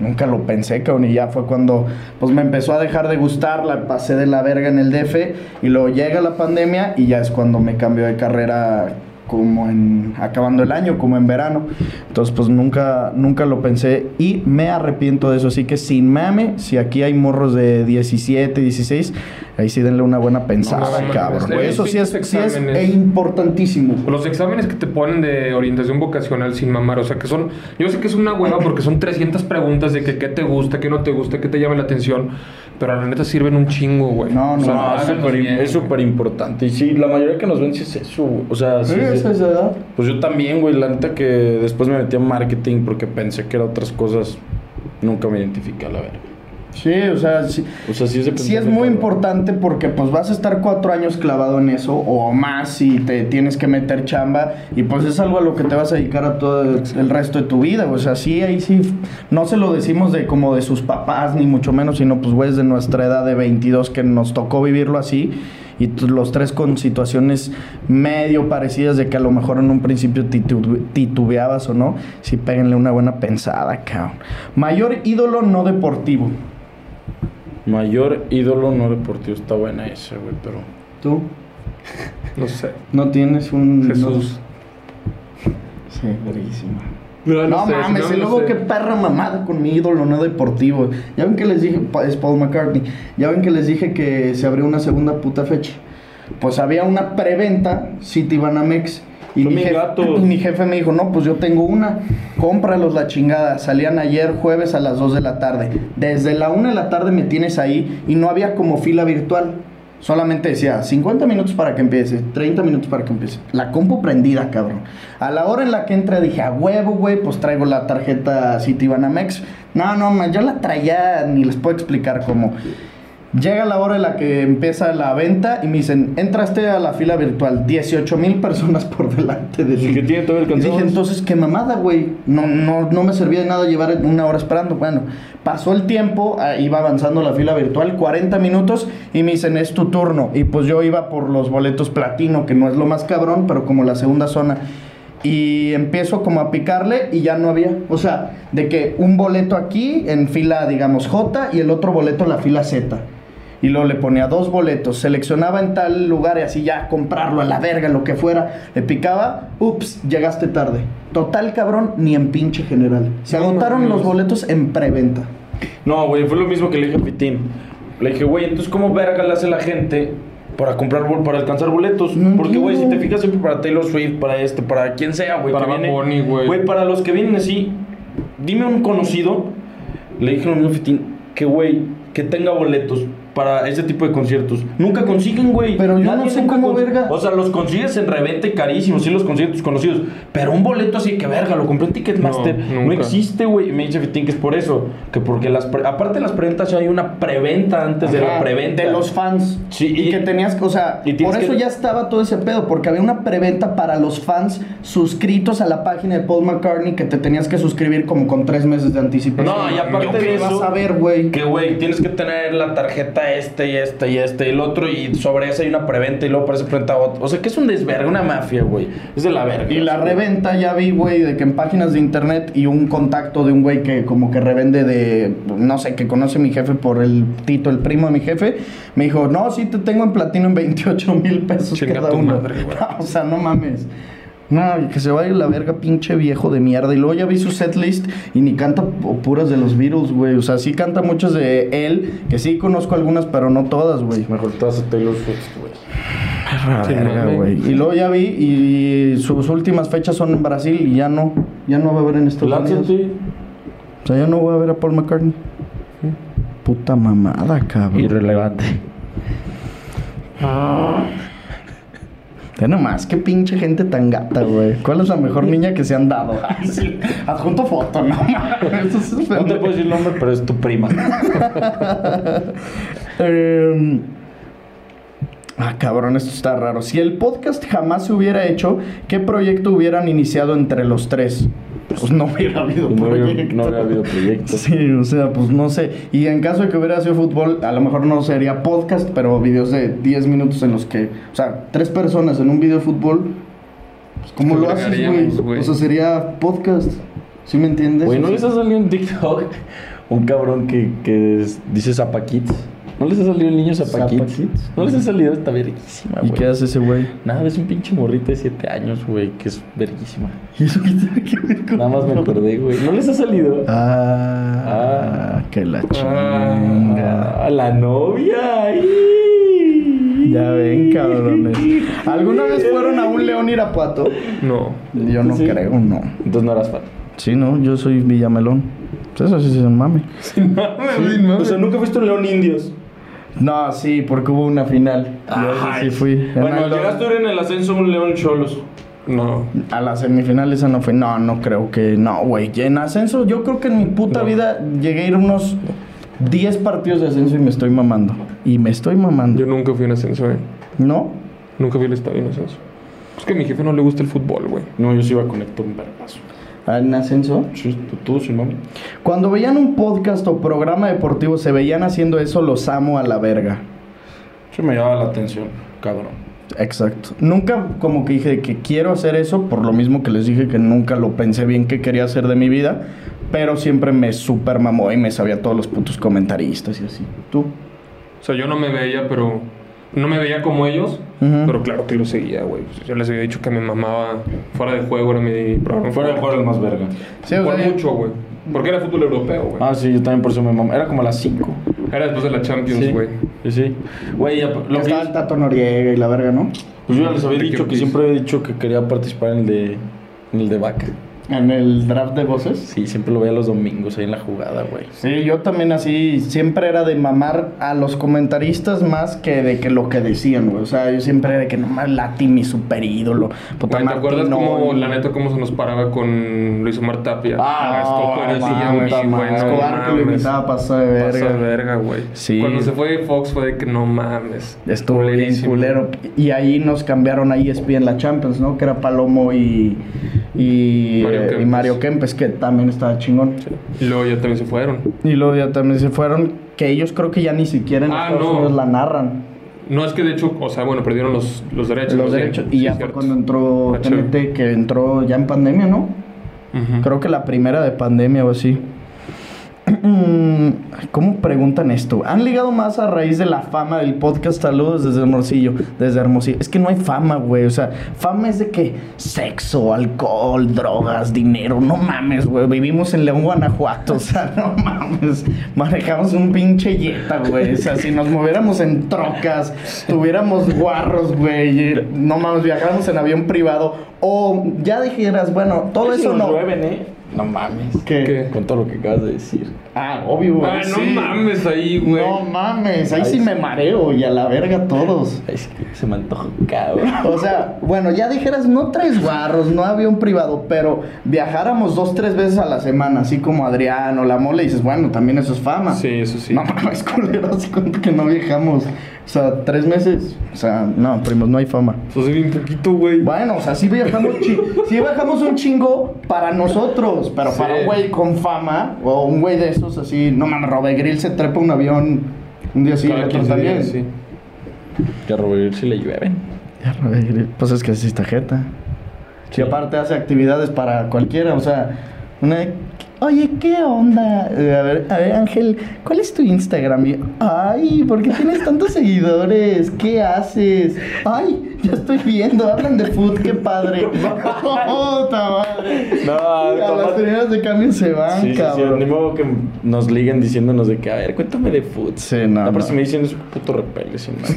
B: Nunca lo pensé, cabrón, y ya fue cuando pues me empezó a dejar de gustar, la pasé de la verga en el DF y luego llega la pandemia y ya es cuando me cambió de carrera como en acabando el año, como en verano. Entonces, pues nunca nunca lo pensé y me arrepiento de eso, así que sin mame, si aquí hay morros de 17, 16, ahí sí denle una buena
C: No,
B: pensada,
C: no, no,
B: cabrón.
C: no, no,
B: eso sí es,
C: pinches
B: sí es
C: exámenes.
B: importantísimo.
C: Los exámenes que te ponen de orientación vocacional sin mamar, o sea que son, yo sé que es una hueva porque son 300 preguntas de que qué te gusta, qué no te gusta, qué te llama la atención, pero la neta sirven un chingo, güey.
B: No, no,
D: No, es
C: háganlos
D: súper im-
C: Ah, bien,
D: es
C: güey.
D: súper importante. Y sí, la mayoría que nos ven sí es eso. güey. O sea, sí, sí.
B: esa edad.
D: Pues yo también, güey. La neta que después me metí a marketing porque pensé que era otras cosas. Nunca me identifiqué a la verga.
B: Sí, o sea, sí,
D: O sea, sí es de
B: sí es
D: pensarle,
B: muy
D: cabrón.
B: importante porque pues vas a estar cuatro años clavado en eso o más si te tienes que meter chamba y pues es algo a lo que te vas a dedicar a todo el, el resto de tu vida. O sea, sí, ahí sí, no se lo decimos de como de sus papás ni mucho menos, sino pues güeyes de nuestra edad de 22 que nos tocó vivirlo así. Y t- los tres con situaciones medio parecidas de que a lo mejor en un principio titu- titubeabas o no. Sí, péguenle una buena pensada, cabrón. Mayor ídolo no deportivo.
D: Mayor ídolo no deportivo. Está buena esa, güey, pero.
B: ¿Tú?
C: No sé.
B: No tienes un.
C: Jesús.
B: no- Sí, verguísima.
C: No,
B: No,
C: sé,
B: mames,
C: no
B: y
C: lo
B: luego
C: sé.
B: qué perra mamada con mi ídolo no deportivo. Ya ven que les dije, pa- es Paul McCartney. Ya ven que les dije que se abrió una segunda puta fecha. Pues había una preventa, City Banamex. Y
D: Son
B: mi,
D: bien
B: jefe,
D: gatos.
B: mi jefe me dijo, no, pues yo tengo una, cómpralos la chingada. Salían ayer jueves a las 2 de la tarde. Desde la 1 de la tarde me tienes ahí y no había como fila virtual. Solamente decía 50 minutos para que empiece, 30 minutos para que empiece. La compu prendida, cabrón. A la hora en la que entra dije, a huevo, güey, pues traigo la tarjeta Citibanamex. No, no, man, yo la traía, ni les puedo explicar cómo. Llega la hora en la que empieza la venta y me dicen, entraste a la fila virtual, 18 mil personas por delante de
D: El
B: ti.
D: que tiene todo
B: Y
D: el cansado.
B: dije, entonces, qué mamada, güey. No, no, no me servía de nada llevar una hora esperando. Bueno, pasó el tiempo, ah, iba avanzando la fila virtual, 40 minutos, y me dicen, es tu turno. Y pues yo iba por los boletos platino, que no es lo más cabrón, pero como la segunda zona. Y empiezo como a picarle y ya no había. O sea, de que un boleto aquí en fila, digamos, J y el otro boleto en la fila Z. Y luego le ponía dos boletos, seleccionaba en tal lugar y así ya comprarlo a la verga, lo que fuera. Le picaba, ups, llegaste tarde. Total cabrón, ni en pinche general. Se
C: No
B: agotaron
C: mames.
B: los boletos en preventa.
D: No, güey, fue lo mismo que le dije a Pitín. Le dije, güey, entonces, ¿cómo verga le hace la gente para comprar, bol- para alcanzar boletos?
B: No
D: Porque, güey, si
B: entiendo.
D: te fijas siempre para Taylor Swift, para este, para quien sea, güey.
C: Para
D: que
C: Bad
D: viene-
C: Bunny, güey.
D: Güey, para los que vienen así, dime un conocido, le dije lo mismo a Pitín, que, güey, que tenga boletos para ese tipo de conciertos. Nunca consiguen, güey.
B: Pero yo no sé
D: nunca
B: cómo
D: cons-
B: verga.
D: O sea, los consigues en reventa y carísimos, sí los consigues tus conocidos. Pero un boleto así que verga, lo compré en Ticketmaster.
C: No,
D: No,
C: nunca.
D: existe. Este güey, me dice Fitín que es por eso. Que porque las. pre- aparte de las preventas, hay una preventa antes de la
B: Ajá,
D: preventa.
B: De los fans.
D: Sí,
B: y,
D: y-
B: que tenías, o sea,
D: y
B: por
D: tienes
B: eso
D: que-
B: ya estaba todo ese pedo, porque había una preventa para los fans suscritos a la página de Paul McCartney que te tenías que suscribir como con tres meses de anticipación.
D: No, y
C: Yo
D: aparte
C: qué
D: de
B: vas
D: eso.
B: a ver, güey.
D: Que güey, tienes que tener la tarjeta este y este y este y el otro. Y sobre esa hay una preventa y luego para esa preventa otra. O sea, que es un desvergue, una mafia, güey. Es de la verga.
B: Y la reventa ya vi, güey, de que en páginas de internet y un contacto de un güey que como que revende de, no sé, que conoce mi jefe por el Tito, el primo de mi jefe, me dijo, no, sí te tengo en platino en 28 mil pesos
C: Chinga
B: cada
C: tu
B: uno.
C: madre, güey.
B: No, o sea, no mames. No, y que se vaya la verga, pinche viejo de mierda. Y luego ya vi su setlist y ni canta pu- puras de los Beatles, güey. O sea, sí canta muchas de él, que sí conozco algunas, pero no todas, güey.
D: Mejor te vas a Taylor Swift, güey.
B: Ah,
C: Sí,
B: verga,
C: mames.
B: güey. Y luego ya vi y sus últimas fechas son en Brasil y ya no, ya no va a haber en Estados Unidos.
D: Lánzate
B: O sea, ya no voy a ver a Paul McCartney. Puta mamada, cabrón.
D: Irrelevante.
B: Ya nomás, qué pinche gente tan gata, güey. ¿Cuál es la mejor niña que se han dado? Sí, Adjunto foto, no mames. Eso sí es
D: No te
B: pendejo.
D: puedo decir el nombre, pero es tu prima.
B: Em, ah, cabrón, esto está raro. Si el podcast jamás se hubiera hecho, ¿qué proyecto hubieran iniciado entre los tres? Pues no hubiera habido
D: No había,
B: proyecto.
D: no había habido proyectos.
B: Sí, o sea, pues no sé. Y en caso de que hubiera sido fútbol, a lo mejor no sería podcast, pero videos de 10 minutos en los que, o sea, tres personas en un video de fútbol, pues ¿cómo
C: Te
B: lo haces,
C: vergaríamos,
B: güey?
C: güey.
B: O sea, sería podcast. ¿Sí me entiendes?
D: Güey, ¿no
B: O
D: les
B: sea,
D: ha salido en TikTok un cabrón que, que es- dice Zapa Kids? ¿No les ha salido el niño Zapa
B: Zapa
D: Kids?
B: Kids?
D: No les ha salido, está verguísima,
B: ¿Y
D: güey.
B: qué hace ese güey?
D: Nada, es un pinche morrito de 7 años, güey, que es verguísima.
B: ¿Y eso qué tiene que ver con
D: Nada más me acordé, güey. ¿No les ha salido?
B: Ah,
D: Ah.
B: que la chinga.
D: Ah, la novia. ay.
B: Ya ven, cabrones. ¿Alguna vez fueron a un león Irapuato?
C: No.
B: Yo no
D: Sí.
B: creo, no.
D: Entonces no eras fan.
B: Sí, no, yo soy Villamelón. Pues eso sí es un mame.
D: o sea, nunca fuiste un león indios.
B: No, sí, porque hubo una final. Yo esa sí fui.
D: Bueno,
B: Ganando-
D: llegaste en el ascenso un león cholos.
C: No.
B: A la semifinal esa no fue. No, no creo que. No, güey. En ascenso, yo creo que en mi puta vida llegué a ir unos 10 partidos de ascenso y me estoy mamando. Y me estoy mamando.
C: Yo nunca fui en ascenso, ¿eh?
B: ¿No?
C: Nunca fui al estadio en ascenso. Es que a mi jefe no le gusta el fútbol, güey.
D: No, yo sí iba a conectar un vergazo.
B: ¿En ascenso?
D: Sí, tú- Tú, sin mami.
B: Cuando veían un podcast o programa deportivo, se veían haciendo eso, los amo a la verga.
D: Sí me llevaba la atención, cabrón.
B: Exacto. Nunca como que dije que quiero hacer eso, por lo mismo que les dije que nunca lo pensé bien que quería hacer de mi vida, pero siempre me super mamó y me sabía todos los putos comentaristas y así. ¿Tú?
C: O sea, yo no me veía, pero. No me veía como ellos,
B: Ujú.
C: pero claro que lo seguía, güey. Pues, Yo les había dicho que me mamaba fuera de juego, era mi programa.
D: Fuera de jugar el más verga.
B: Sí, o
C: Por
B: sea,
C: mucho, güey. Porque era fútbol europeo, güey.
D: Ah, sí, yo también por eso me mamé. Era como a las 5.
C: Era después de la Champions,
D: Sí,
C: güey.
D: sí, sí. Güey, ya- lo que
B: estaba el Tato Noriega y la verga, ¿no?
D: pues yo ya les había
C: Ricky
D: dicho que
C: Ortiz.
D: siempre había dicho que quería participar en el de en el de vaca.
B: En el draft de voces.
D: Sí, siempre lo veía los domingos ahí en la jugada, güey.
B: Sí, yo también así, siempre era de mamar a los comentaristas más que de que lo que decían, güey. O sea, yo siempre era de que nomás Lati, mi super ídolo. Puta
C: Güey, ¿Te acuerdas
B: Martinoli.
C: cómo, la neta, cómo se nos paraba con Luis Omar Tapia?
D: Ah,
C: Escobar,
D: no,
C: el
D: mames,
C: Guillaume,
D: puta
C: güey,
D: madre.
C: no
B: Escobar que lo
C: mames.
B: invitaba a pasar de
C: Pasa
B: verga.
C: de verga, güey.
B: Sí.
C: Cuando se fue de Fox fue de que no mames.
B: Estuvo bien
C: Culerísimo.
B: culero. Y ahí nos cambiaron a E ESPN en la Champions, ¿no? Que era Palomo y, y, eh, y
C: Mario Kempes.
B: Mario Kempes, que también estaba chingón.
C: Y luego ya también se fueron.
B: Y luego ya también se fueron, que ellos creo que ya ni siquiera en
C: Ah,
B: Estados
C: no.
B: Unidos la narran.
C: No es que de hecho, o sea, bueno, perdieron los, los derechos.
B: los
C: ¿no?
B: derechos.
C: Sí,
B: Y ya
C: sí,
B: fue
C: cierto.
B: cuando entró
C: Ah, chido.
B: TNT, que entró ya en pandemia, ¿no?
C: Ujú.
B: Creo que la primera de pandemia o así. Mm, Ay, ¿Cómo preguntan esto? ¿Han ligado más a raíz de la fama del podcast? Saludos desde Hermosillo, desde Hermosillo. Es que no hay fama, güey. O sea, fama es de que sexo, alcohol, drogas, dinero. No mames, güey. Vivimos en León, Guanajuato. O sea, no mames. Manejamos un pinche yeta, güey. O sea, si nos moviéramos en trocas, tuviéramos guarros, güey. y No mames, viajáramos en avión privado. O ya dijeras, bueno, todo
D: Sí,
B: eso
D: nos
B: no.
D: llueven, ¿eh? No mames.
B: ¿Qué?
C: ¿Qué?
D: Con todo lo que acabas de decir.
B: Ah, obvio, güey.
C: Ah, no
B: sí.
C: mames ahí, güey.
B: No mames, ahí
D: Ahí
B: sí
D: sí.
B: me mareo y a la verga todos.
D: Ay, es que se me antojó, cabrón.
B: O sea, bueno, ya dijeras, no tres guarros, no avión privado, pero viajáramos dos, tres veces a la semana, así como Adrián o la mole, y dices, bueno, también eso es fama.
C: Sí, eso sí.
B: No mames, culero, así cuánto que no viajamos. O sea, tres meses. O sea, no, primos, no hay fama.
C: Eso sí, bien poquito, güey.
B: Bueno, o sea, sí viajamos, chi- sí viajamos un chingo para nosotros, pero
C: Sí.
B: para un güey con fama o un güey de esos así, no mames, Robert Grill se trepa un avión un día así y
C: Cada
B: otro
C: 15
B: también.
C: días, sí.
D: Que a Robert si le llueven.
B: Ya, Robert Grill, pues es que sí está jeta.
D: Sí.
B: Y aparte hace actividades para cualquiera, o sea, una... Oye, ¿qué onda? Eh, a ver, a ver, Ángel, ¿cuál es tu Instagram? Y, Ay, ¿por qué tienes tantos seguidores? ¿Qué haces? Ay, ya estoy viendo, hablan de food, qué padre. ¡Puta madre!
D: No,
B: a las
D: tomate.
B: primeras de cambio se van,
D: Sí, sí, sí,
B: cabrón.
D: ni modo que nos liguen diciéndonos de que, a ver, cuéntame de food.
B: Sí, no,
D: Aparte,
B: no.
D: si me dicen es un puto repele, sin más.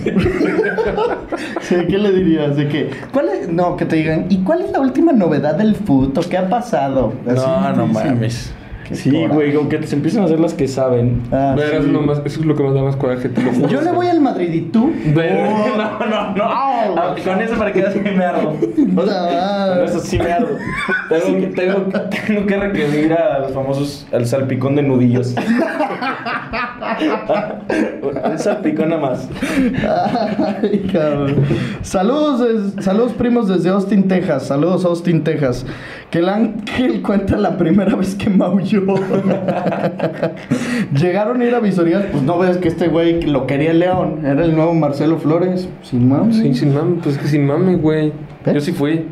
B: Sí, ¿Qué le dirías? ¿De qué? ¿Cuál es- No, que te digan, ¿y cuál es la última novedad del food? ¿O qué ha pasado? Así
D: No, no
B: dicen.
D: mames.
B: Qué
D: Sí,
B: coraje.
D: güey, aunque se empiezan a hacer las que saben.
B: Ah,
C: Verás,
B: sí.
C: lo más- eso es lo que más da más coraje. te lo juro.
B: Yo le voy al Madrid y tú.
C: Ver-
D: no, no, no. Ah, Con eso para que veas que me ardo.
B: O sea,
D: Con eso sí me ardo. Tengo que, tengo, que- tengo que recurrir a los famosos, al salpicón de nudillos. Un salpicón nada más.
B: Ay, cabrón. Saludos, des- saludos primos desde Austin, Texas. Saludos Austin, Texas. Que el ángel cuenta la primera vez que maulló. Llegaron a ir a visorías, pues no ves que este güey que lo quería el León. Era el nuevo Marcelo Flores. Sin mames.
C: Sí, sin mame, pues es que sin mame, güey.
B: ¿Ves?
C: Yo sí fui.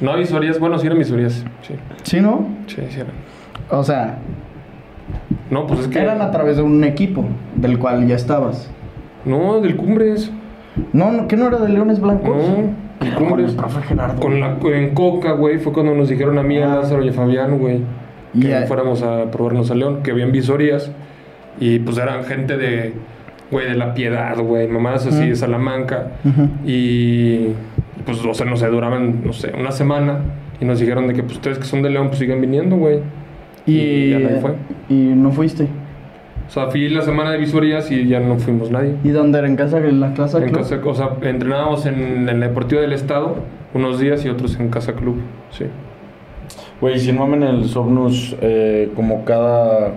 C: No, a visorías, bueno, sí eran visorías. Sí,
B: ¿Sí, no?
C: sí, sí eran.
B: O sea,
C: No, pues es que.
B: eran a través de un equipo del cual ya estabas.
C: No, del Cumbres.
B: No, no, que no era de Leones Blancos.
C: No, del Cumbres.
B: Profe Gerardo. Ah.
C: Con la, en Coca, güey, fue cuando nos dijeron a mí, a Lázaro y a Fabián, güey, que
B: Y a-
C: fuéramos a probarnos a León, que habían visorías. Y pues eran gente de, güey, de la piedad, güey, mamadas así de Salamanca.
B: Ujú.
C: Y pues, o sea, no sé, duraban, no sé, una semana. Y nos dijeron de que, pues, ustedes que son de León, pues sigan viniendo, güey.
B: Y,
C: Y ya nadie fue.
B: y no fuiste.
C: O sea, fui la semana de visorías y ya no fuimos nadie.
B: ¿Y dónde era? ¿En casa? ¿En la casa?
C: En
B: club?
C: casa, o sea, entrenábamos en, en la Deportiva del Estado unos días y otros en Casa Club, sí.
D: Güey, si no mamen el Somnus, eh, como cada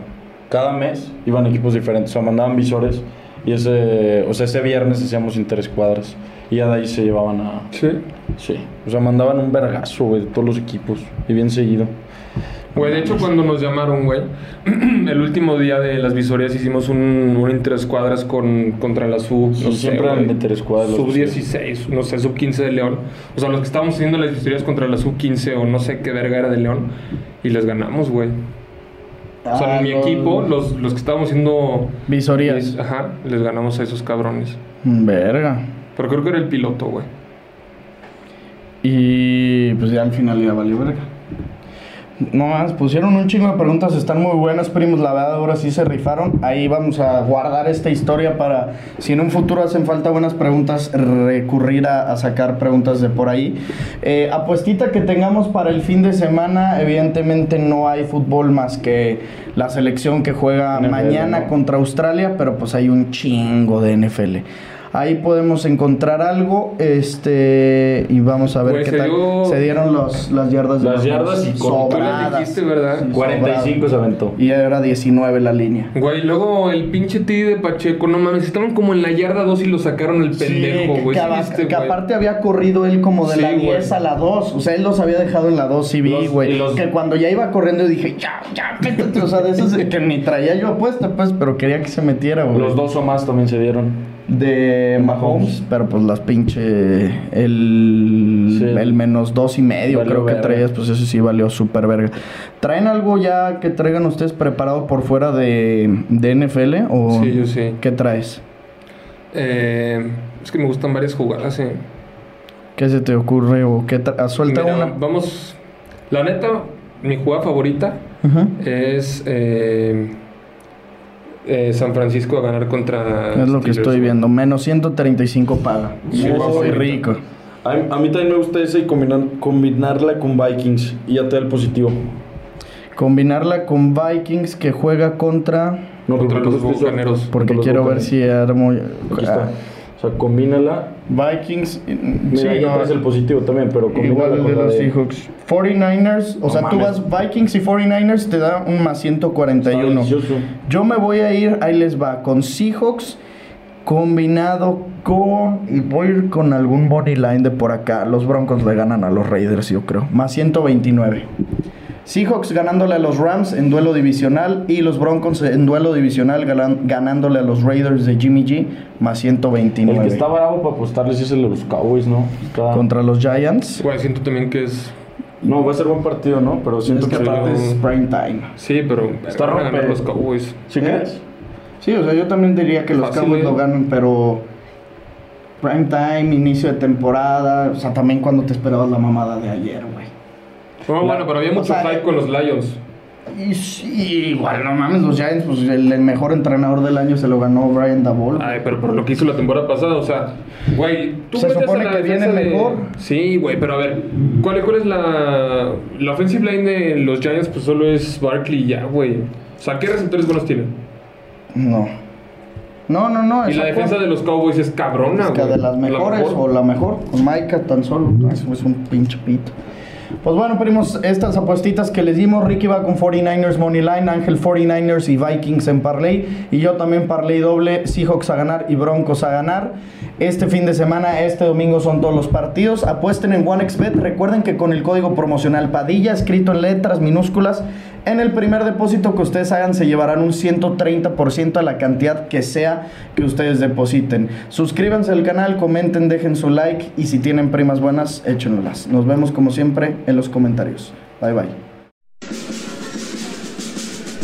D: cada mes iban equipos diferentes, o sea, mandaban visores y ese, o sea, ese viernes hacíamos interescuadras y ya de ahí se llevaban a...
C: Sí.
D: Sí, o sea, mandaban un vergazo, güey, de todos los equipos y bien seguido.
C: Güey, de hecho, cuando nos llamaron, güey, el último día de las visorías hicimos un, un interescuadras con, contra la sub.
D: Sí, siempre eran
C: güey,
D: interescuadras.
C: Sub 16, no sé, sub 15 de León. O sea, los que estábamos haciendo las visorías contra la sub 15 o no sé qué verga era de León. Y les ganamos, güey. O sea,
B: Ah,
C: mi
B: no.
C: equipo, los, los que estábamos haciendo.
B: Visorías.
C: Ajá, les ganamos a esos cabrones.
B: Mm, Verga.
C: Pero creo que era el piloto, güey.
B: Y pues ya al final ya valió verga. No más, pusieron un chingo de preguntas, están muy buenas, primos. La verdad, ahora sí se rifaron. Ahí vamos a guardar esta historia para, si en un futuro hacen falta buenas preguntas, recurrir a, a sacar preguntas de por ahí. Eh, apuestita que tengamos para el fin de semana, evidentemente no hay fútbol más que la selección que juega
D: NFL,
B: mañana
D: ¿no?
B: contra Australia, pero pues hay un chingo de NFL. Ahí podemos encontrar algo, este, y vamos a ver
C: Güey,
B: qué
C: Pues se
B: tal.
C: dio-
B: Se dieron los, las yardas. de
D: Las
B: los
D: yardas y con-
C: Tú les
B: sobradas.
C: dijiste, ¿verdad?
B: Sí.
D: 45 se aventó.
B: Y era 19 la línea.
C: Güey, luego el pinche Tidi de Pacheco, no mames, estaban como en la yarda 2 y lo sacaron el pendejo,
B: que,
C: güey.
B: que
C: ¿Sí
B: aba-
C: viste,
B: que
C: güey?
B: aparte había corrido él como de
C: Sí,
B: la
C: güey.
B: 10 a la 2. O sea, él los había dejado en la 2, sí vi,
D: Los-
B: güey.
D: y los-
B: Que cuando ya iba corriendo yo dije, ya, ya, métete. O sea, de esos de que ni traía yo apuesta, pues, pero quería que se metiera, güey.
D: Los dos o más también se dieron.
B: de Mahomes, pero pues las pinche el,
D: Sí.
B: el menos dos y medio
D: Valió
B: creo que
D: verga.
B: traías, pues eso sí valió súper verga. ¿Traen algo ya que traigan ustedes preparado por fuera de, de NFL o
C: Sí, yo sí.
B: qué traes?
C: Eh, es que me gustan varias jugadas, eh.
B: ¿Qué se te ocurre o qué tra- ah, suelta
C: Mira,
B: una?
C: Vamos. La neta, mi jugada favorita
B: Ajá.
C: es eh, eh, San Francisco a ganar contra.
B: Es lo que
C: Steelers,
B: estoy
C: güey.
B: viendo, menos 135 paga.
C: Sí,
B: Muy
C: guapo, ahorita.
B: rico.
D: A, a mí también me gusta esa y combinar, combinarla con Vikings y ya te da el positivo.
B: Combinarla con Vikings que juega contra
D: No,
C: Contra
D: porque
C: los
D: eso-
C: bucaneros.
B: porque
D: Contra los
B: quiero ver
D: Buccaneers.
B: si armo
D: Aquí está. O sea, combínala.
B: Ah, Vikings
D: Mira,
B: Ah. sí,
D: ahí
B: no, eh,
D: aparece el positivo también, pero combínala
B: Igual el
D: con
B: de
D: la
B: los
D: de-
B: Seahawks. 49ers, o
D: No
B: sea, tú
D: mames.
B: vas Vikings y 49ers, te da un más
D: Está
B: 141.
D: delicioso.
B: Yo me voy a ir, ahí les va, con Seahawks combinado con. Y voy a ir con algún money line de por acá. Los Broncos le ganan a los Raiders, yo creo. Más 129. Seahawks ganándole a los Rams en duelo divisional y los Broncos en duelo divisional galan- ganándole a los Raiders de Jimmy G más
D: El
B: 129.
D: que está bravo para apostarles es el de los Cowboys, ¿no? Está-
B: Contra los Giants.
C: Güey, siento también que es.
D: No, va a ser buen partido, ¿no? Pero siento
B: Es que
D: que...
B: aparte es prime time.
C: Sí, pero.
D: Está
C: van a ganar
D: rompe-
C: los Cowboys.
D: ¿Sí
B: ¿Eh?
D: crees?
B: Sí, o sea, yo también diría que los
C: Fácil,
B: Cowboys
C: eh.
B: lo ganan, pero prime time, inicio de temporada, o sea, también cuando te esperabas la mamada de ayer, güey.
C: No, bueno, pero había
B: o
C: mucho
B: sea,
C: hype con los Lions.
B: Y sí, igual, no mames, los Giants, pues el, el mejor entrenador del año se lo ganó Brian Dabol.
C: Ay, pero por lo que hizo la temporada pasada, o sea, güey, tú
B: Se
C: metes
B: supone
C: a la
B: que
C: defensa
B: viene
C: de-
B: mejor.
C: Sí, güey, pero a ver, ¿cuál, cuál es la la offensive line de los Giants? Pues solo es Barkley y ya, güey. O sea, ¿qué receptores buenos tienen?
B: No. No, no, no.
C: Y
B: esa
C: la defensa
B: fue-
C: de los Cowboys es cabrona,
B: Ah, es
C: güey.
B: que de las mejores
C: mejor.
B: o la mejor, con Maika tan solo, Ay, ese güey es un pinche pito. Pues bueno, primos, estas apuestitas que les dimos, Ricky va con 49ers Moneyline, Ángel 49ers y Vikings en Parley. Y yo también Parley doble, Seahawks a ganar y Broncos a ganar. Este fin de semana, este domingo son todos los partidos. Apuesten en OneXBet. Recuerden que con el código promocional Padilla, escrito en letras minúsculas, en el primer depósito que ustedes hagan se llevarán un 130% a la cantidad que sea que ustedes depositen. Suscríbanse al canal, comenten, dejen su like y si tienen primas buenas, échenlas. Nos vemos como siempre en los comentarios. Bye bye.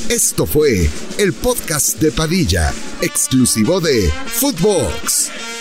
A: Esto fue el podcast de Padilla, exclusivo de Footbox.